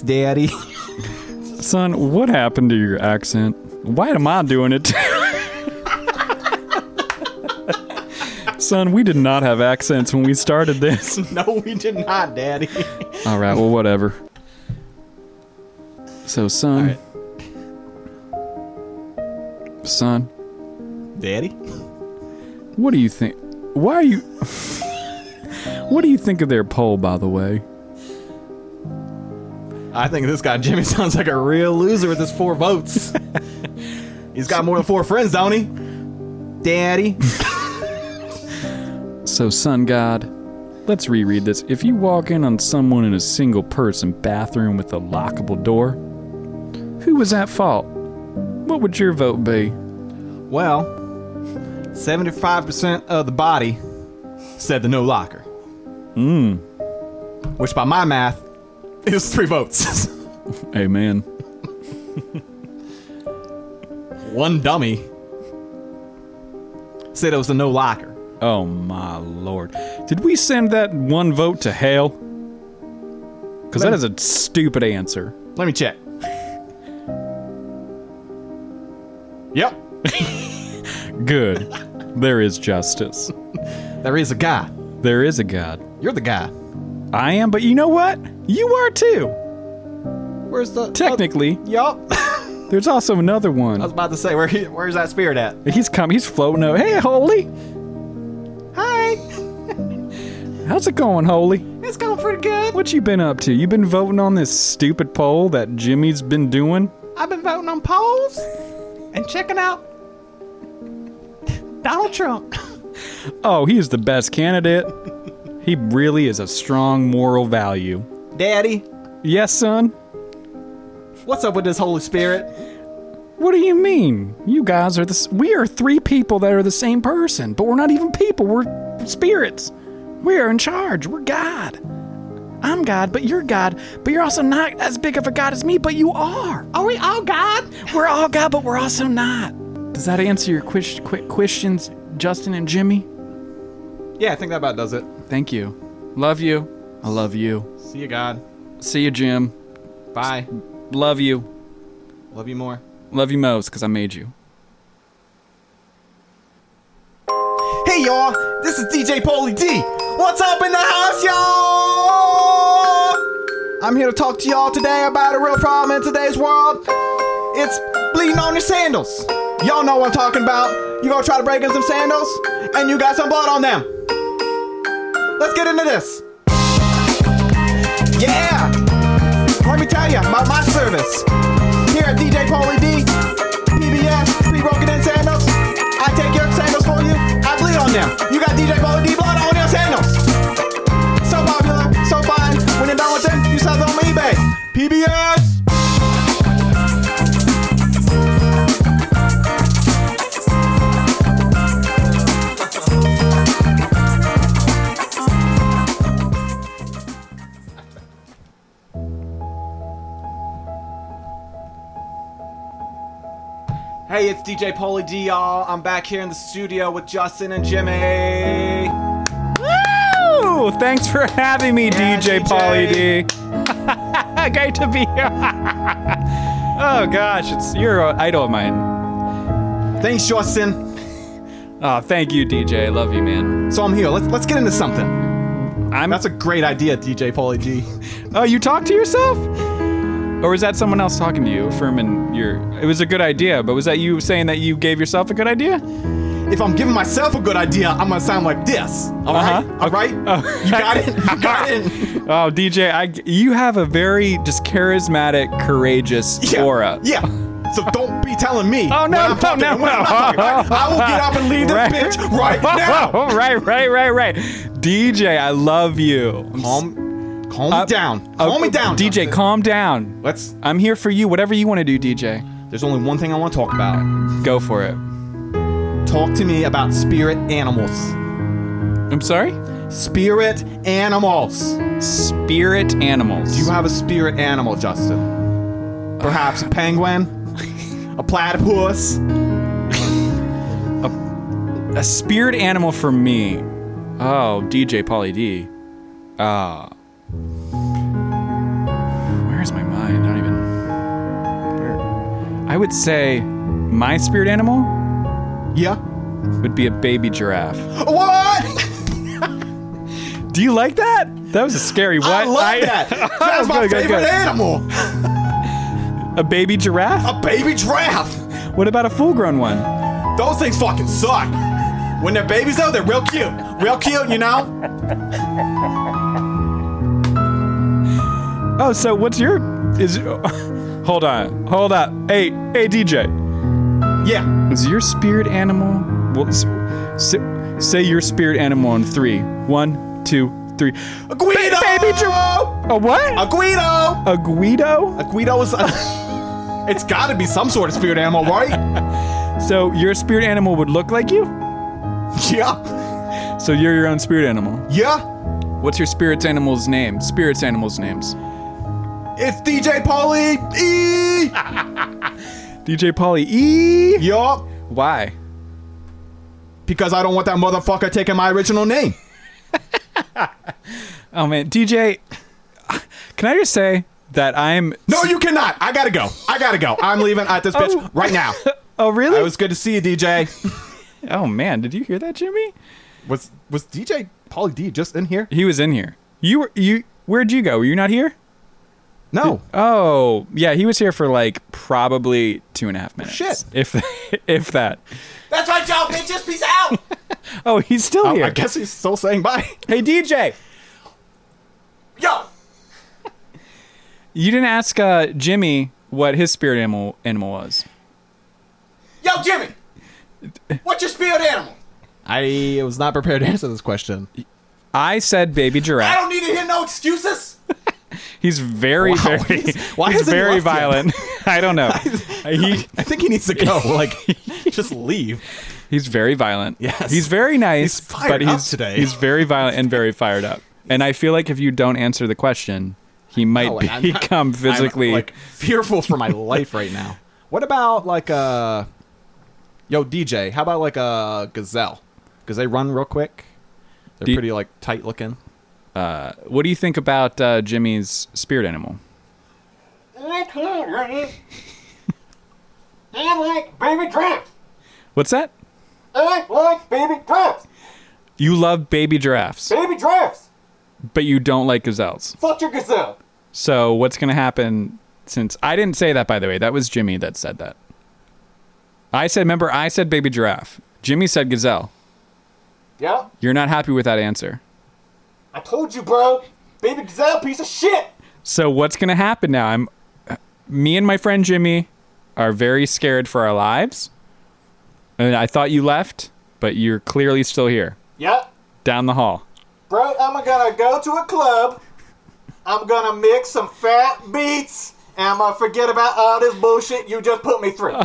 [SPEAKER 1] <laughs>
[SPEAKER 5] Daddy. <laughs>
[SPEAKER 2] son, what happened to your accent? Why am I doing it? <laughs> son, we did not have accents when we started this. <laughs>
[SPEAKER 5] no, we did not, Daddy.
[SPEAKER 2] All right, well, whatever. So, son, son,
[SPEAKER 5] Daddy?
[SPEAKER 2] What do you think? Why are you? <laughs> what do you think of their poll, by the way?
[SPEAKER 1] I think this guy Jimmy <laughs> sounds like a real loser with his four votes. <laughs> He's got more than four friends, don't he?
[SPEAKER 5] Daddy?
[SPEAKER 2] So, son god, let's reread this. If you walk in on someone in a single person bathroom with a lockable door, who was at fault? What would your vote be?
[SPEAKER 1] Well, 75% of the body said the no locker. Mmm.
[SPEAKER 5] Hmm.
[SPEAKER 1] Which, by my math, is three votes. <laughs>
[SPEAKER 2] Amen.
[SPEAKER 1] One dummy said it was the no locker.
[SPEAKER 2] Oh my lord. Did we send that one vote to hell? Because that is a stupid answer.
[SPEAKER 1] Let me check. Yep,
[SPEAKER 2] Good. there is justice.
[SPEAKER 1] there is a guy.
[SPEAKER 2] There is a God.
[SPEAKER 1] You're the guy.
[SPEAKER 2] I am, but you know what? You are too.
[SPEAKER 1] Where's the uh,
[SPEAKER 2] Technically,
[SPEAKER 1] yup. I
[SPEAKER 2] there's also another one.
[SPEAKER 1] was about to say where he, where's that spirit at?
[SPEAKER 2] He's coming. He's floating over. Hey, Holy,
[SPEAKER 1] Hi,
[SPEAKER 2] how's it going, Holy?
[SPEAKER 1] it's going pretty good.
[SPEAKER 2] What you been up to? You been voting on this stupid poll that Jimmy's been doing?
[SPEAKER 1] I've been voting on polls and checking out Donald Trump.
[SPEAKER 2] Oh, he is the best candidate. he really is a strong moral value.
[SPEAKER 1] Daddy,
[SPEAKER 2] Yes, son.
[SPEAKER 1] what's up with this Holy Spirit?
[SPEAKER 2] What do you mean? You guys are the s- we are three people that are the same person, but we're not even people. We're spirits. We are in charge. We're God. I'm God, but you're God, but you're also not as big of a God as me, but you are.
[SPEAKER 1] Are we all God?
[SPEAKER 2] We're all God, but we're also not. Does that answer your quick, quick questions, Justin and Jimmy?
[SPEAKER 1] Yeah, I think that about does it.
[SPEAKER 2] Thank you. Love you. I love you.
[SPEAKER 1] See you, God.
[SPEAKER 2] See you, Jim.
[SPEAKER 1] Bye.
[SPEAKER 2] Love you.
[SPEAKER 1] Love you more.
[SPEAKER 2] Love you most because I made you.
[SPEAKER 1] Hey y'all, this is DJ Polly D.
[SPEAKER 5] What's up in the house, y'all? I'm here to talk to y'all today about a real problem in today's world. It's bleeding on your sandals. Y'all know what I'm talking about. You gonna try to break in some sandals, and you got some blood on them. Let's get into this. Yeah! Let me tell you about my service. Here at DJ Pauly D, PBS, Free Broken In Sandals, I take your sandals for you, I bleed on them. You got DJ Pauly D blood on your sandals. So popular, so fine. When you're done with them, you sell them on eBay. PBS! Hey, it's DJ Polly D, y'all. I'm back here in the studio with Justin and Jimmy.
[SPEAKER 2] Woo! Thanks for having me,
[SPEAKER 5] Yeah,
[SPEAKER 2] DJ,
[SPEAKER 5] DJ.
[SPEAKER 2] Polly E D. <laughs> Great to be here. <laughs> oh gosh, it's you're an idol of mine.
[SPEAKER 5] Thanks, Justin.
[SPEAKER 2] Oh, thank you, DJ. Love you, man.
[SPEAKER 5] So I'm here. Let's let's get into something.
[SPEAKER 2] I'm.
[SPEAKER 5] That's a great idea, DJ Polly D.
[SPEAKER 2] oh, you talk to yourself? Or was that someone else talking to you, affirming your? It was a good idea, but was that you saying that you gave yourself a good idea?
[SPEAKER 5] If I'm giving myself a good idea, I'm gonna sound like this. All right,
[SPEAKER 2] Uh-huh.
[SPEAKER 5] all right.
[SPEAKER 2] Oh.
[SPEAKER 5] You got it. <laughs> You got it.
[SPEAKER 2] Oh, DJ, I, you have a very just charismatic, courageous
[SPEAKER 5] Yeah.
[SPEAKER 2] aura.
[SPEAKER 5] Yeah. So don't be telling me.
[SPEAKER 2] Oh, no,
[SPEAKER 5] when I'm
[SPEAKER 2] no,
[SPEAKER 5] talking
[SPEAKER 2] no,
[SPEAKER 5] and when I'm
[SPEAKER 2] no.
[SPEAKER 5] not talking. I will get up and leave this
[SPEAKER 2] Right.
[SPEAKER 5] bitch
[SPEAKER 2] <laughs>
[SPEAKER 5] right now.
[SPEAKER 2] Oh, right, right, right, right. DJ, I love you. I'm
[SPEAKER 5] Calm, calm
[SPEAKER 2] Uh,
[SPEAKER 5] me down.
[SPEAKER 2] Oh,
[SPEAKER 5] Calm me down,
[SPEAKER 2] DJ,
[SPEAKER 5] Justin.
[SPEAKER 2] calm down.
[SPEAKER 5] Let's.
[SPEAKER 2] I'm here for you. Whatever you want to do, DJ,
[SPEAKER 5] There's only one thing I want to talk about.
[SPEAKER 2] go for it.
[SPEAKER 5] Talk to me about spirit animals.
[SPEAKER 2] I'm sorry?
[SPEAKER 5] Spirit animals.
[SPEAKER 2] Spirit animals.
[SPEAKER 5] Do you have a spirit animal, Justin? Perhaps a <laughs> penguin? A platypus?
[SPEAKER 2] a spirit animal for me. Oh, DJ Polly D. Ah. Where's my mind? I don't even. Where? I would say my spirit animal
[SPEAKER 5] Yeah.
[SPEAKER 2] would be a baby giraffe.
[SPEAKER 5] What?
[SPEAKER 2] Do you like that? That was a scary what?
[SPEAKER 5] I love that. That's my
[SPEAKER 2] Good, good,
[SPEAKER 5] favorite
[SPEAKER 2] good.
[SPEAKER 5] animal.
[SPEAKER 2] <laughs> A baby giraffe?
[SPEAKER 5] A baby giraffe.
[SPEAKER 2] What about a full grown one?
[SPEAKER 5] Those things fucking suck. When they're babies though, they're real cute. Real cute, you know?
[SPEAKER 2] Oh, so what's your. Is. <laughs> Hold on. Hold up. Hey, hey, DJ.
[SPEAKER 5] Yeah.
[SPEAKER 2] Is your spirit animal? Well, s- say, say your spirit animal on three. One, two, three.
[SPEAKER 5] A Guido.
[SPEAKER 2] baby
[SPEAKER 5] giraffe.
[SPEAKER 2] A what?
[SPEAKER 5] A Guido.
[SPEAKER 2] A Guido?
[SPEAKER 5] A <laughs> Guido is. it's got to be some sort of spirit animal, right? <laughs>
[SPEAKER 2] So your spirit animal would look like you?
[SPEAKER 5] yeah.
[SPEAKER 2] So you're your own spirit animal.
[SPEAKER 5] Yeah.
[SPEAKER 2] What's your spirit animal's name? Spirit's animal's names.
[SPEAKER 5] It's DJ Pauly E.
[SPEAKER 2] DJ Polly E.
[SPEAKER 5] Yup.
[SPEAKER 2] Why?
[SPEAKER 5] Because I don't want that motherfucker taking my original name.
[SPEAKER 2] Oh man, DJ. Can I just say that I'm?
[SPEAKER 5] No, you cannot. I gotta go. I gotta go. I'm leaving at this bitch
[SPEAKER 2] Oh.
[SPEAKER 5] right now.
[SPEAKER 2] Oh really?
[SPEAKER 5] It was good to see you, DJ.
[SPEAKER 2] oh man, did you hear that, Jimmy?
[SPEAKER 5] Was was DJ Pauly D just in here?
[SPEAKER 2] He was in here. You were you. Where'd you go? Were you not here?
[SPEAKER 5] No.
[SPEAKER 2] Oh, yeah, he was here for like probably two and a half minutes.
[SPEAKER 5] Shit.
[SPEAKER 2] If <laughs> if that.
[SPEAKER 5] That's right, y'all bitches. Peace out.
[SPEAKER 2] Oh, he's still here.
[SPEAKER 5] I guess he's still saying bye.
[SPEAKER 2] Hey DJ.
[SPEAKER 5] Yo.
[SPEAKER 2] You didn't ask uh, Jimmy what his spirit animal animal was.
[SPEAKER 5] Yo, Jimmy. What's your spirit animal? I was not prepared to answer this question.
[SPEAKER 2] I said baby giraffe.
[SPEAKER 5] need to hear no excuses.
[SPEAKER 2] He's very
[SPEAKER 5] Wow,
[SPEAKER 2] very
[SPEAKER 5] he's- why
[SPEAKER 2] he's
[SPEAKER 5] hasn't he
[SPEAKER 2] very
[SPEAKER 5] left yet?
[SPEAKER 2] violent. <laughs> I don't know. he
[SPEAKER 5] <laughs> I think he needs to <laughs> go. Like, just leave.
[SPEAKER 2] he's very violent.
[SPEAKER 5] Yes.
[SPEAKER 2] He's very nice,
[SPEAKER 5] He's fired
[SPEAKER 2] but
[SPEAKER 5] up
[SPEAKER 2] he's
[SPEAKER 5] today.
[SPEAKER 2] he's very violent and very fired up. And I feel like if you don't answer the question, he might <laughs>
[SPEAKER 5] No, I'm not-
[SPEAKER 2] become physically
[SPEAKER 1] <laughs>
[SPEAKER 5] I'm, like fearful for my life right now. What about like uh yo DJ? How about like
[SPEAKER 1] uh,
[SPEAKER 5] a gazelle? Because they run real quick. They're
[SPEAKER 2] Do you-
[SPEAKER 5] pretty like tight looking.
[SPEAKER 2] What do you think about uh, Jimmy's spirit animal?
[SPEAKER 6] I like baby drums.
[SPEAKER 2] What's that?
[SPEAKER 6] I like baby drums.
[SPEAKER 2] You love baby giraffes,
[SPEAKER 5] Baby drafts.
[SPEAKER 2] but you don't like gazelles.
[SPEAKER 5] Fuck your gazelle.
[SPEAKER 2] So what's going to happen since I didn't say that by the way. That was Jimmy that said that. I said remember I said baby giraffe. Jimmy said gazelle.
[SPEAKER 5] Yeah.
[SPEAKER 2] You're not happy with that answer.
[SPEAKER 5] I told you, bro. Baby gazelle, piece of shit.
[SPEAKER 2] So what's going to happen now? I'm me and my friend Jimmy are very scared for our lives. And I thought you left, but you're clearly still here
[SPEAKER 5] Yeah.
[SPEAKER 2] down the hall.
[SPEAKER 5] Bro, I'm gonna go to a club. I'm gonna mix some fat beats. And I'm gonna forget about all this bullshit you just put me through.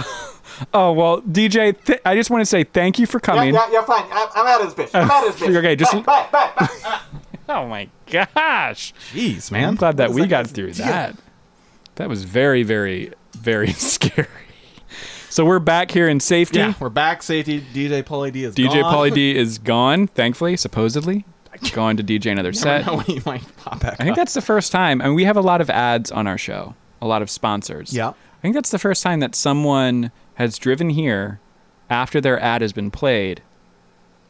[SPEAKER 2] Oh, well, DJ, th- I just want to say thank you for
[SPEAKER 5] yeah,
[SPEAKER 2] coming.
[SPEAKER 5] yeah, yeah, fine. I, I'm out of this bitch. I'm
[SPEAKER 1] <laughs>
[SPEAKER 5] out of this bitch.
[SPEAKER 2] Okay, just-
[SPEAKER 5] Bye, bye, bye, bye.
[SPEAKER 2] Oh my gosh.
[SPEAKER 1] Jeez,
[SPEAKER 2] I'm
[SPEAKER 1] man.
[SPEAKER 2] glad that we got through that. That was very, very, very <laughs> scary. So we're back here in safety.
[SPEAKER 1] Yeah, we're back. Safety DJ Pauly D is
[SPEAKER 2] DJ
[SPEAKER 1] gone. <laughs>
[SPEAKER 2] Pauly D is gone, thankfully, supposedly. Gone to
[SPEAKER 1] <laughs>
[SPEAKER 2] DJ another set.
[SPEAKER 1] No, he might pop back.
[SPEAKER 2] I think that's the first time, and we have a lot of ads on our show, a lot of sponsors.
[SPEAKER 1] Yeah.
[SPEAKER 2] I think that's the first time that someone has driven here after their ad has been played,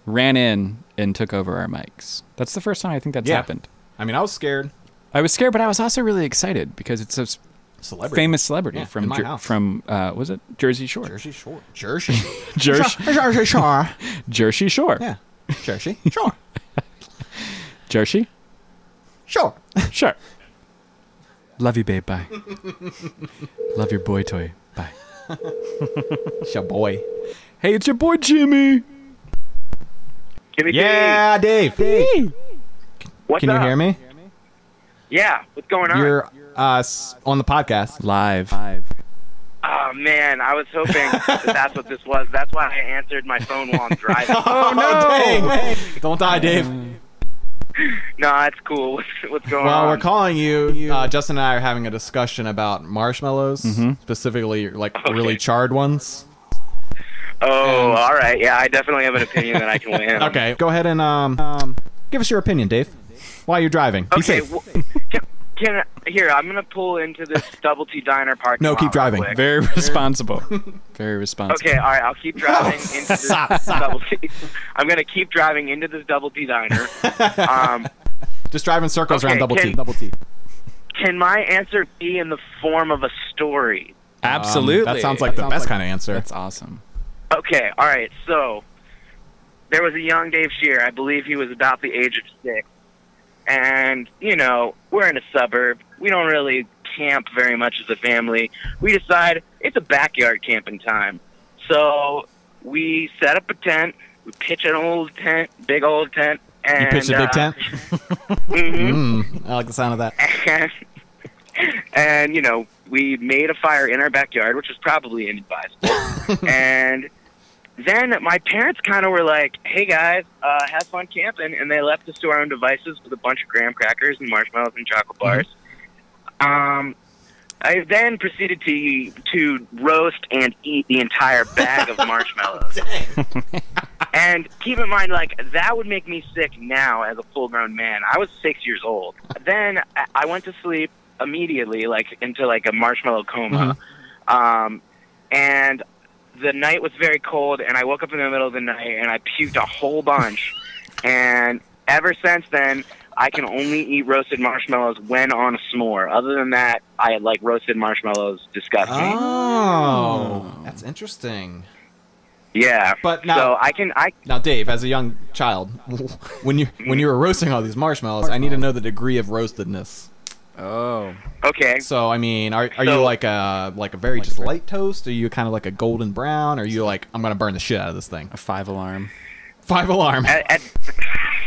[SPEAKER 2] ran in, and took over our mics. That's the first time I think that's
[SPEAKER 1] Yeah.
[SPEAKER 2] happened.
[SPEAKER 1] I mean, I was scared.
[SPEAKER 2] I was scared, but I was also really excited because it's a s-
[SPEAKER 1] Celebrity.
[SPEAKER 2] famous celebrity
[SPEAKER 1] Yeah, in
[SPEAKER 2] from
[SPEAKER 1] my
[SPEAKER 2] Jer-
[SPEAKER 1] house.
[SPEAKER 2] from uh, was it Jersey Shore?
[SPEAKER 1] Jersey Shore. <laughs> Jersey.
[SPEAKER 2] Jersey,
[SPEAKER 1] Jersey <laughs> Shore.
[SPEAKER 2] Jersey Shore.
[SPEAKER 1] Yeah. Jersey Shore.
[SPEAKER 2] Jersey.
[SPEAKER 1] Sure.
[SPEAKER 2] Sure. Love you,
[SPEAKER 1] <laughs>
[SPEAKER 2] babe. Bye. Love your boy toy. Bye.
[SPEAKER 1] It's your boy.
[SPEAKER 2] Hey, it's your boy Jimmy.
[SPEAKER 6] Jimmy
[SPEAKER 1] Yeah, Dave.
[SPEAKER 6] D, what's
[SPEAKER 1] Can you
[SPEAKER 6] up?
[SPEAKER 1] hear me?
[SPEAKER 6] Yeah, what's going on?
[SPEAKER 1] You're uh, s- on the podcast.
[SPEAKER 2] Live.
[SPEAKER 6] Oh man, I was
[SPEAKER 1] <laughs>
[SPEAKER 6] hoping that that's what this was. That's why I answered my phone while I'm driving.
[SPEAKER 1] Oh, no. Dang. Don't die, Dave.
[SPEAKER 6] no, that's cool. What's, what's going
[SPEAKER 1] Well,
[SPEAKER 6] on?
[SPEAKER 1] Uh, we're calling you. Uh, Justin and I are having a discussion about marshmallows,
[SPEAKER 6] Mm-hmm.
[SPEAKER 1] specifically like really charred ones.
[SPEAKER 6] oh, all right. Yeah, I definitely have an opinion that I can weigh in. on.
[SPEAKER 1] Okay, go ahead and um, um, give us your opinion, Dave. While you're driving, be
[SPEAKER 6] Okay.
[SPEAKER 1] safe.
[SPEAKER 6] wh- can, can I- here I'm gonna pull into this Double T Diner parking.
[SPEAKER 1] No,
[SPEAKER 6] lot
[SPEAKER 1] keep
[SPEAKER 6] uh, real
[SPEAKER 1] driving.
[SPEAKER 6] quick.
[SPEAKER 2] Very
[SPEAKER 1] <laughs>
[SPEAKER 2] responsible. Very responsible.
[SPEAKER 6] Okay, all right. I'll keep driving into this Double T. I'm gonna keep driving into this Double
[SPEAKER 1] <laughs>
[SPEAKER 6] T Diner. Um,
[SPEAKER 1] Just driving circles
[SPEAKER 6] Okay,
[SPEAKER 1] around double T.
[SPEAKER 6] can-
[SPEAKER 1] Double T.
[SPEAKER 6] can my answer be in the form of a story?
[SPEAKER 2] Absolutely.
[SPEAKER 1] That sounds like the best kind of answer.
[SPEAKER 2] That's awesome.
[SPEAKER 6] Okay, all right. So there was a young Dave Shear. I believe he was about the age of six. And you know, we're in a suburb. We don't really camp very much as a family. We decide it's a backyard camping time. So we set up a tent. We pitch an old tent, big old tent. And,
[SPEAKER 1] you pitched a big
[SPEAKER 6] uh,
[SPEAKER 1] tent. <laughs>
[SPEAKER 6] mhm.
[SPEAKER 1] Mm, I like the sound of that.
[SPEAKER 6] <laughs> and you know we made a fire in our backyard which was probably inadvisable and then my parents kind of were like hey guys uh, have fun camping and they left us to our own devices with a bunch of graham crackers and marshmallows and chocolate bars um, i then proceeded to to roast and eat the entire bag of marshmallows and keep in mind, like, that would make me sick now as a full grown man. I was six years old. Then I- I went to sleep immediately, like, into like a marshmallow coma.
[SPEAKER 1] Uh-huh.
[SPEAKER 6] Um, and the night was very cold, and I woke up in the middle of the night and I puked a
[SPEAKER 1] <laughs>
[SPEAKER 6] whole bunch. and ever since then, I can only eat roasted marshmallows when on a s'more. Other than that, I like roasted marshmallows disgust me.
[SPEAKER 1] Ah. Oh, that's interesting.
[SPEAKER 6] Yeah.
[SPEAKER 1] But now-
[SPEAKER 6] so I can I
[SPEAKER 1] Now, Dave, as a young child, when you when you were roasting all these marshmallows, I need to know the degree of roastedness.
[SPEAKER 2] Oh.
[SPEAKER 6] okay.
[SPEAKER 1] So, I mean, are, are you
[SPEAKER 6] So-
[SPEAKER 1] like a like a very just light toast? Are you kind of like a golden brown? Are you like I'm gonna burn the shit out of this thing?
[SPEAKER 2] A five alarm.
[SPEAKER 1] Five alarm.
[SPEAKER 6] at, at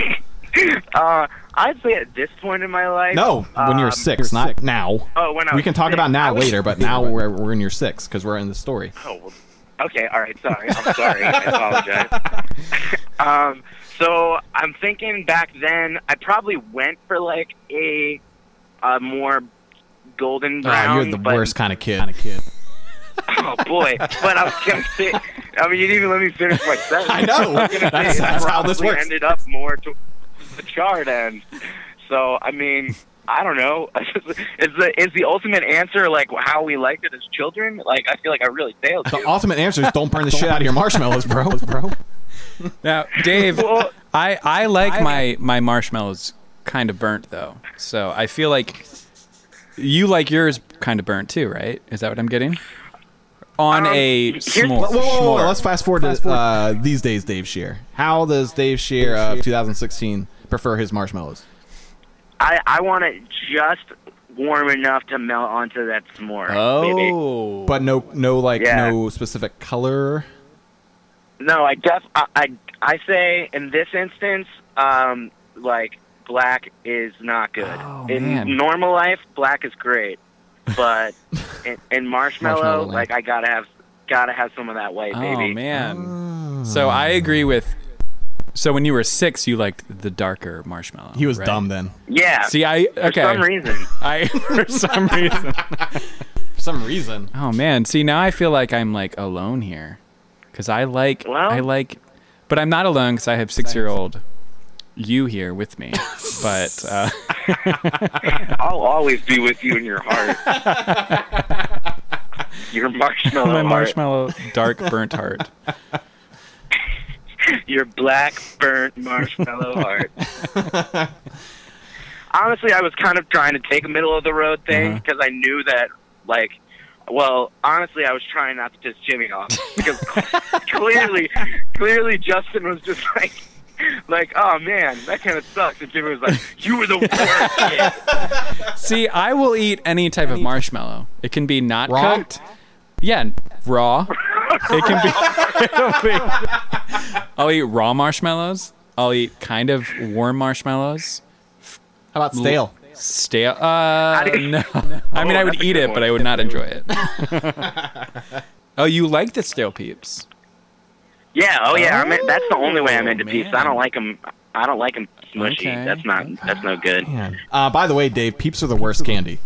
[SPEAKER 6] <laughs> uh, I'd say at this point in my life.
[SPEAKER 1] No, when you're
[SPEAKER 6] um,
[SPEAKER 1] six, not now.
[SPEAKER 6] Oh, when I
[SPEAKER 1] we
[SPEAKER 6] was
[SPEAKER 1] can talk
[SPEAKER 6] six.
[SPEAKER 1] about
[SPEAKER 6] I
[SPEAKER 1] now
[SPEAKER 6] was-
[SPEAKER 1] later, but now we're, we're in your six because we're in the story.
[SPEAKER 6] Oh, well, okay, all right, sorry. I'm sorry. I apologize.
[SPEAKER 1] <laughs>
[SPEAKER 6] um, so I'm thinking back then, I probably went for like a, a more golden
[SPEAKER 1] Ah,
[SPEAKER 6] brown.
[SPEAKER 1] you're the
[SPEAKER 6] but-
[SPEAKER 1] worst kind of kid. Kind of kid.
[SPEAKER 6] Oh boy! But I was gonna say, I mean, you didn't even let me finish
[SPEAKER 1] <laughs>
[SPEAKER 6] my sentence.
[SPEAKER 1] I know.
[SPEAKER 6] was gonna
[SPEAKER 1] That's-
[SPEAKER 6] say,
[SPEAKER 1] that's
[SPEAKER 6] it
[SPEAKER 1] how this
[SPEAKER 6] probably
[SPEAKER 1] works.
[SPEAKER 6] Ended up more to the chart end. So I mean, I don't know. <laughs> is the is the ultimate answer like how we liked it as children? Like I feel like I really failed.
[SPEAKER 1] <laughs> The ultimate answer is don't burn the shit out of your marshmallows, bro. bro.
[SPEAKER 2] Now, Dave,
[SPEAKER 6] Well,
[SPEAKER 2] I I like my my marshmallows kind of burnt though, so I feel like you like yours kind of burnt too, right? Is that what I'm getting? On
[SPEAKER 6] Um,
[SPEAKER 2] a
[SPEAKER 6] here's-
[SPEAKER 2] s'more.
[SPEAKER 1] Whoa, whoa, whoa, whoa,
[SPEAKER 2] s'more.
[SPEAKER 1] Let's fast forward to uh, these days, Dave Shear. How does Dave Shear of 2016 prefer his marshmallows?
[SPEAKER 6] I, I want it just warm enough to melt onto that s'more. baby.
[SPEAKER 2] Oh,
[SPEAKER 1] But no, no, like
[SPEAKER 6] Yeah.
[SPEAKER 1] no specific color.
[SPEAKER 6] No, I def I, I I say in this instance, um, like black is not good.
[SPEAKER 2] Oh,
[SPEAKER 6] in
[SPEAKER 2] man.
[SPEAKER 6] normal life, black is great,
[SPEAKER 2] <laughs>
[SPEAKER 6] but in, in marshmallow,
[SPEAKER 1] Marshmallow land.
[SPEAKER 6] like I gotta have gotta have some of that white,
[SPEAKER 2] oh
[SPEAKER 6] baby.
[SPEAKER 2] man.
[SPEAKER 1] Mm.
[SPEAKER 2] So I agree with. So when you were six, you liked the darker marshmallow.
[SPEAKER 1] He was
[SPEAKER 2] right?
[SPEAKER 1] dumb then.
[SPEAKER 6] Yeah.
[SPEAKER 2] See, I
[SPEAKER 6] for
[SPEAKER 2] okay.
[SPEAKER 6] some reason.
[SPEAKER 2] <laughs> I for some reason.
[SPEAKER 1] For some reason.
[SPEAKER 2] Oh man, see now I feel like I'm like alone here, because I like
[SPEAKER 6] Well-
[SPEAKER 2] I like, but I'm not alone because I have six year old you here with <laughs> me. but uh,
[SPEAKER 6] I'll always be with you in your
[SPEAKER 2] <laughs>
[SPEAKER 6] heart. your marshmallow
[SPEAKER 2] my
[SPEAKER 6] heart.
[SPEAKER 2] marshmallow dark burnt heart.
[SPEAKER 6] Your black
[SPEAKER 2] <laughs>
[SPEAKER 6] burnt marshmallow heart. Honestly, I was kind of trying to take a middle of the road
[SPEAKER 2] Uh-huh.
[SPEAKER 6] thing because I knew that, like, well, honestly, I was trying not to piss Jimmy off
[SPEAKER 2] <laughs>
[SPEAKER 6] because clearly, clearly, Justin was just like, like, oh man, that kind of sucks, and Jimmy was like, you were the
[SPEAKER 2] <laughs>
[SPEAKER 6] worst.
[SPEAKER 2] <laughs>
[SPEAKER 6] kid."
[SPEAKER 2] See, I will eat any type of marshmallow. It can be not
[SPEAKER 1] Raw?
[SPEAKER 2] cooked. Yeah, <laughs> raw. It can be. <laughs> it'll be- I'll eat raw marshmallows. I'll eat kind of warm marshmallows.
[SPEAKER 1] How about stale?
[SPEAKER 2] Stale. Uh, no.
[SPEAKER 6] <laughs>
[SPEAKER 2] I mean, I would
[SPEAKER 6] that's a
[SPEAKER 2] eat
[SPEAKER 6] good
[SPEAKER 2] it,
[SPEAKER 6] one.
[SPEAKER 2] but I would not enjoy
[SPEAKER 6] <laughs>
[SPEAKER 2] it. oh, you like the stale peeps?
[SPEAKER 6] Yeah, oh yeah, I'm in, that's the only way I'm into
[SPEAKER 2] Oh,
[SPEAKER 6] pizza.
[SPEAKER 2] man.
[SPEAKER 6] I don't like them. I don't like them smushy.
[SPEAKER 2] Okay.
[SPEAKER 6] That's not. That's no good.
[SPEAKER 1] Man. Uh, by the way, Dave, peeps are the worst candy.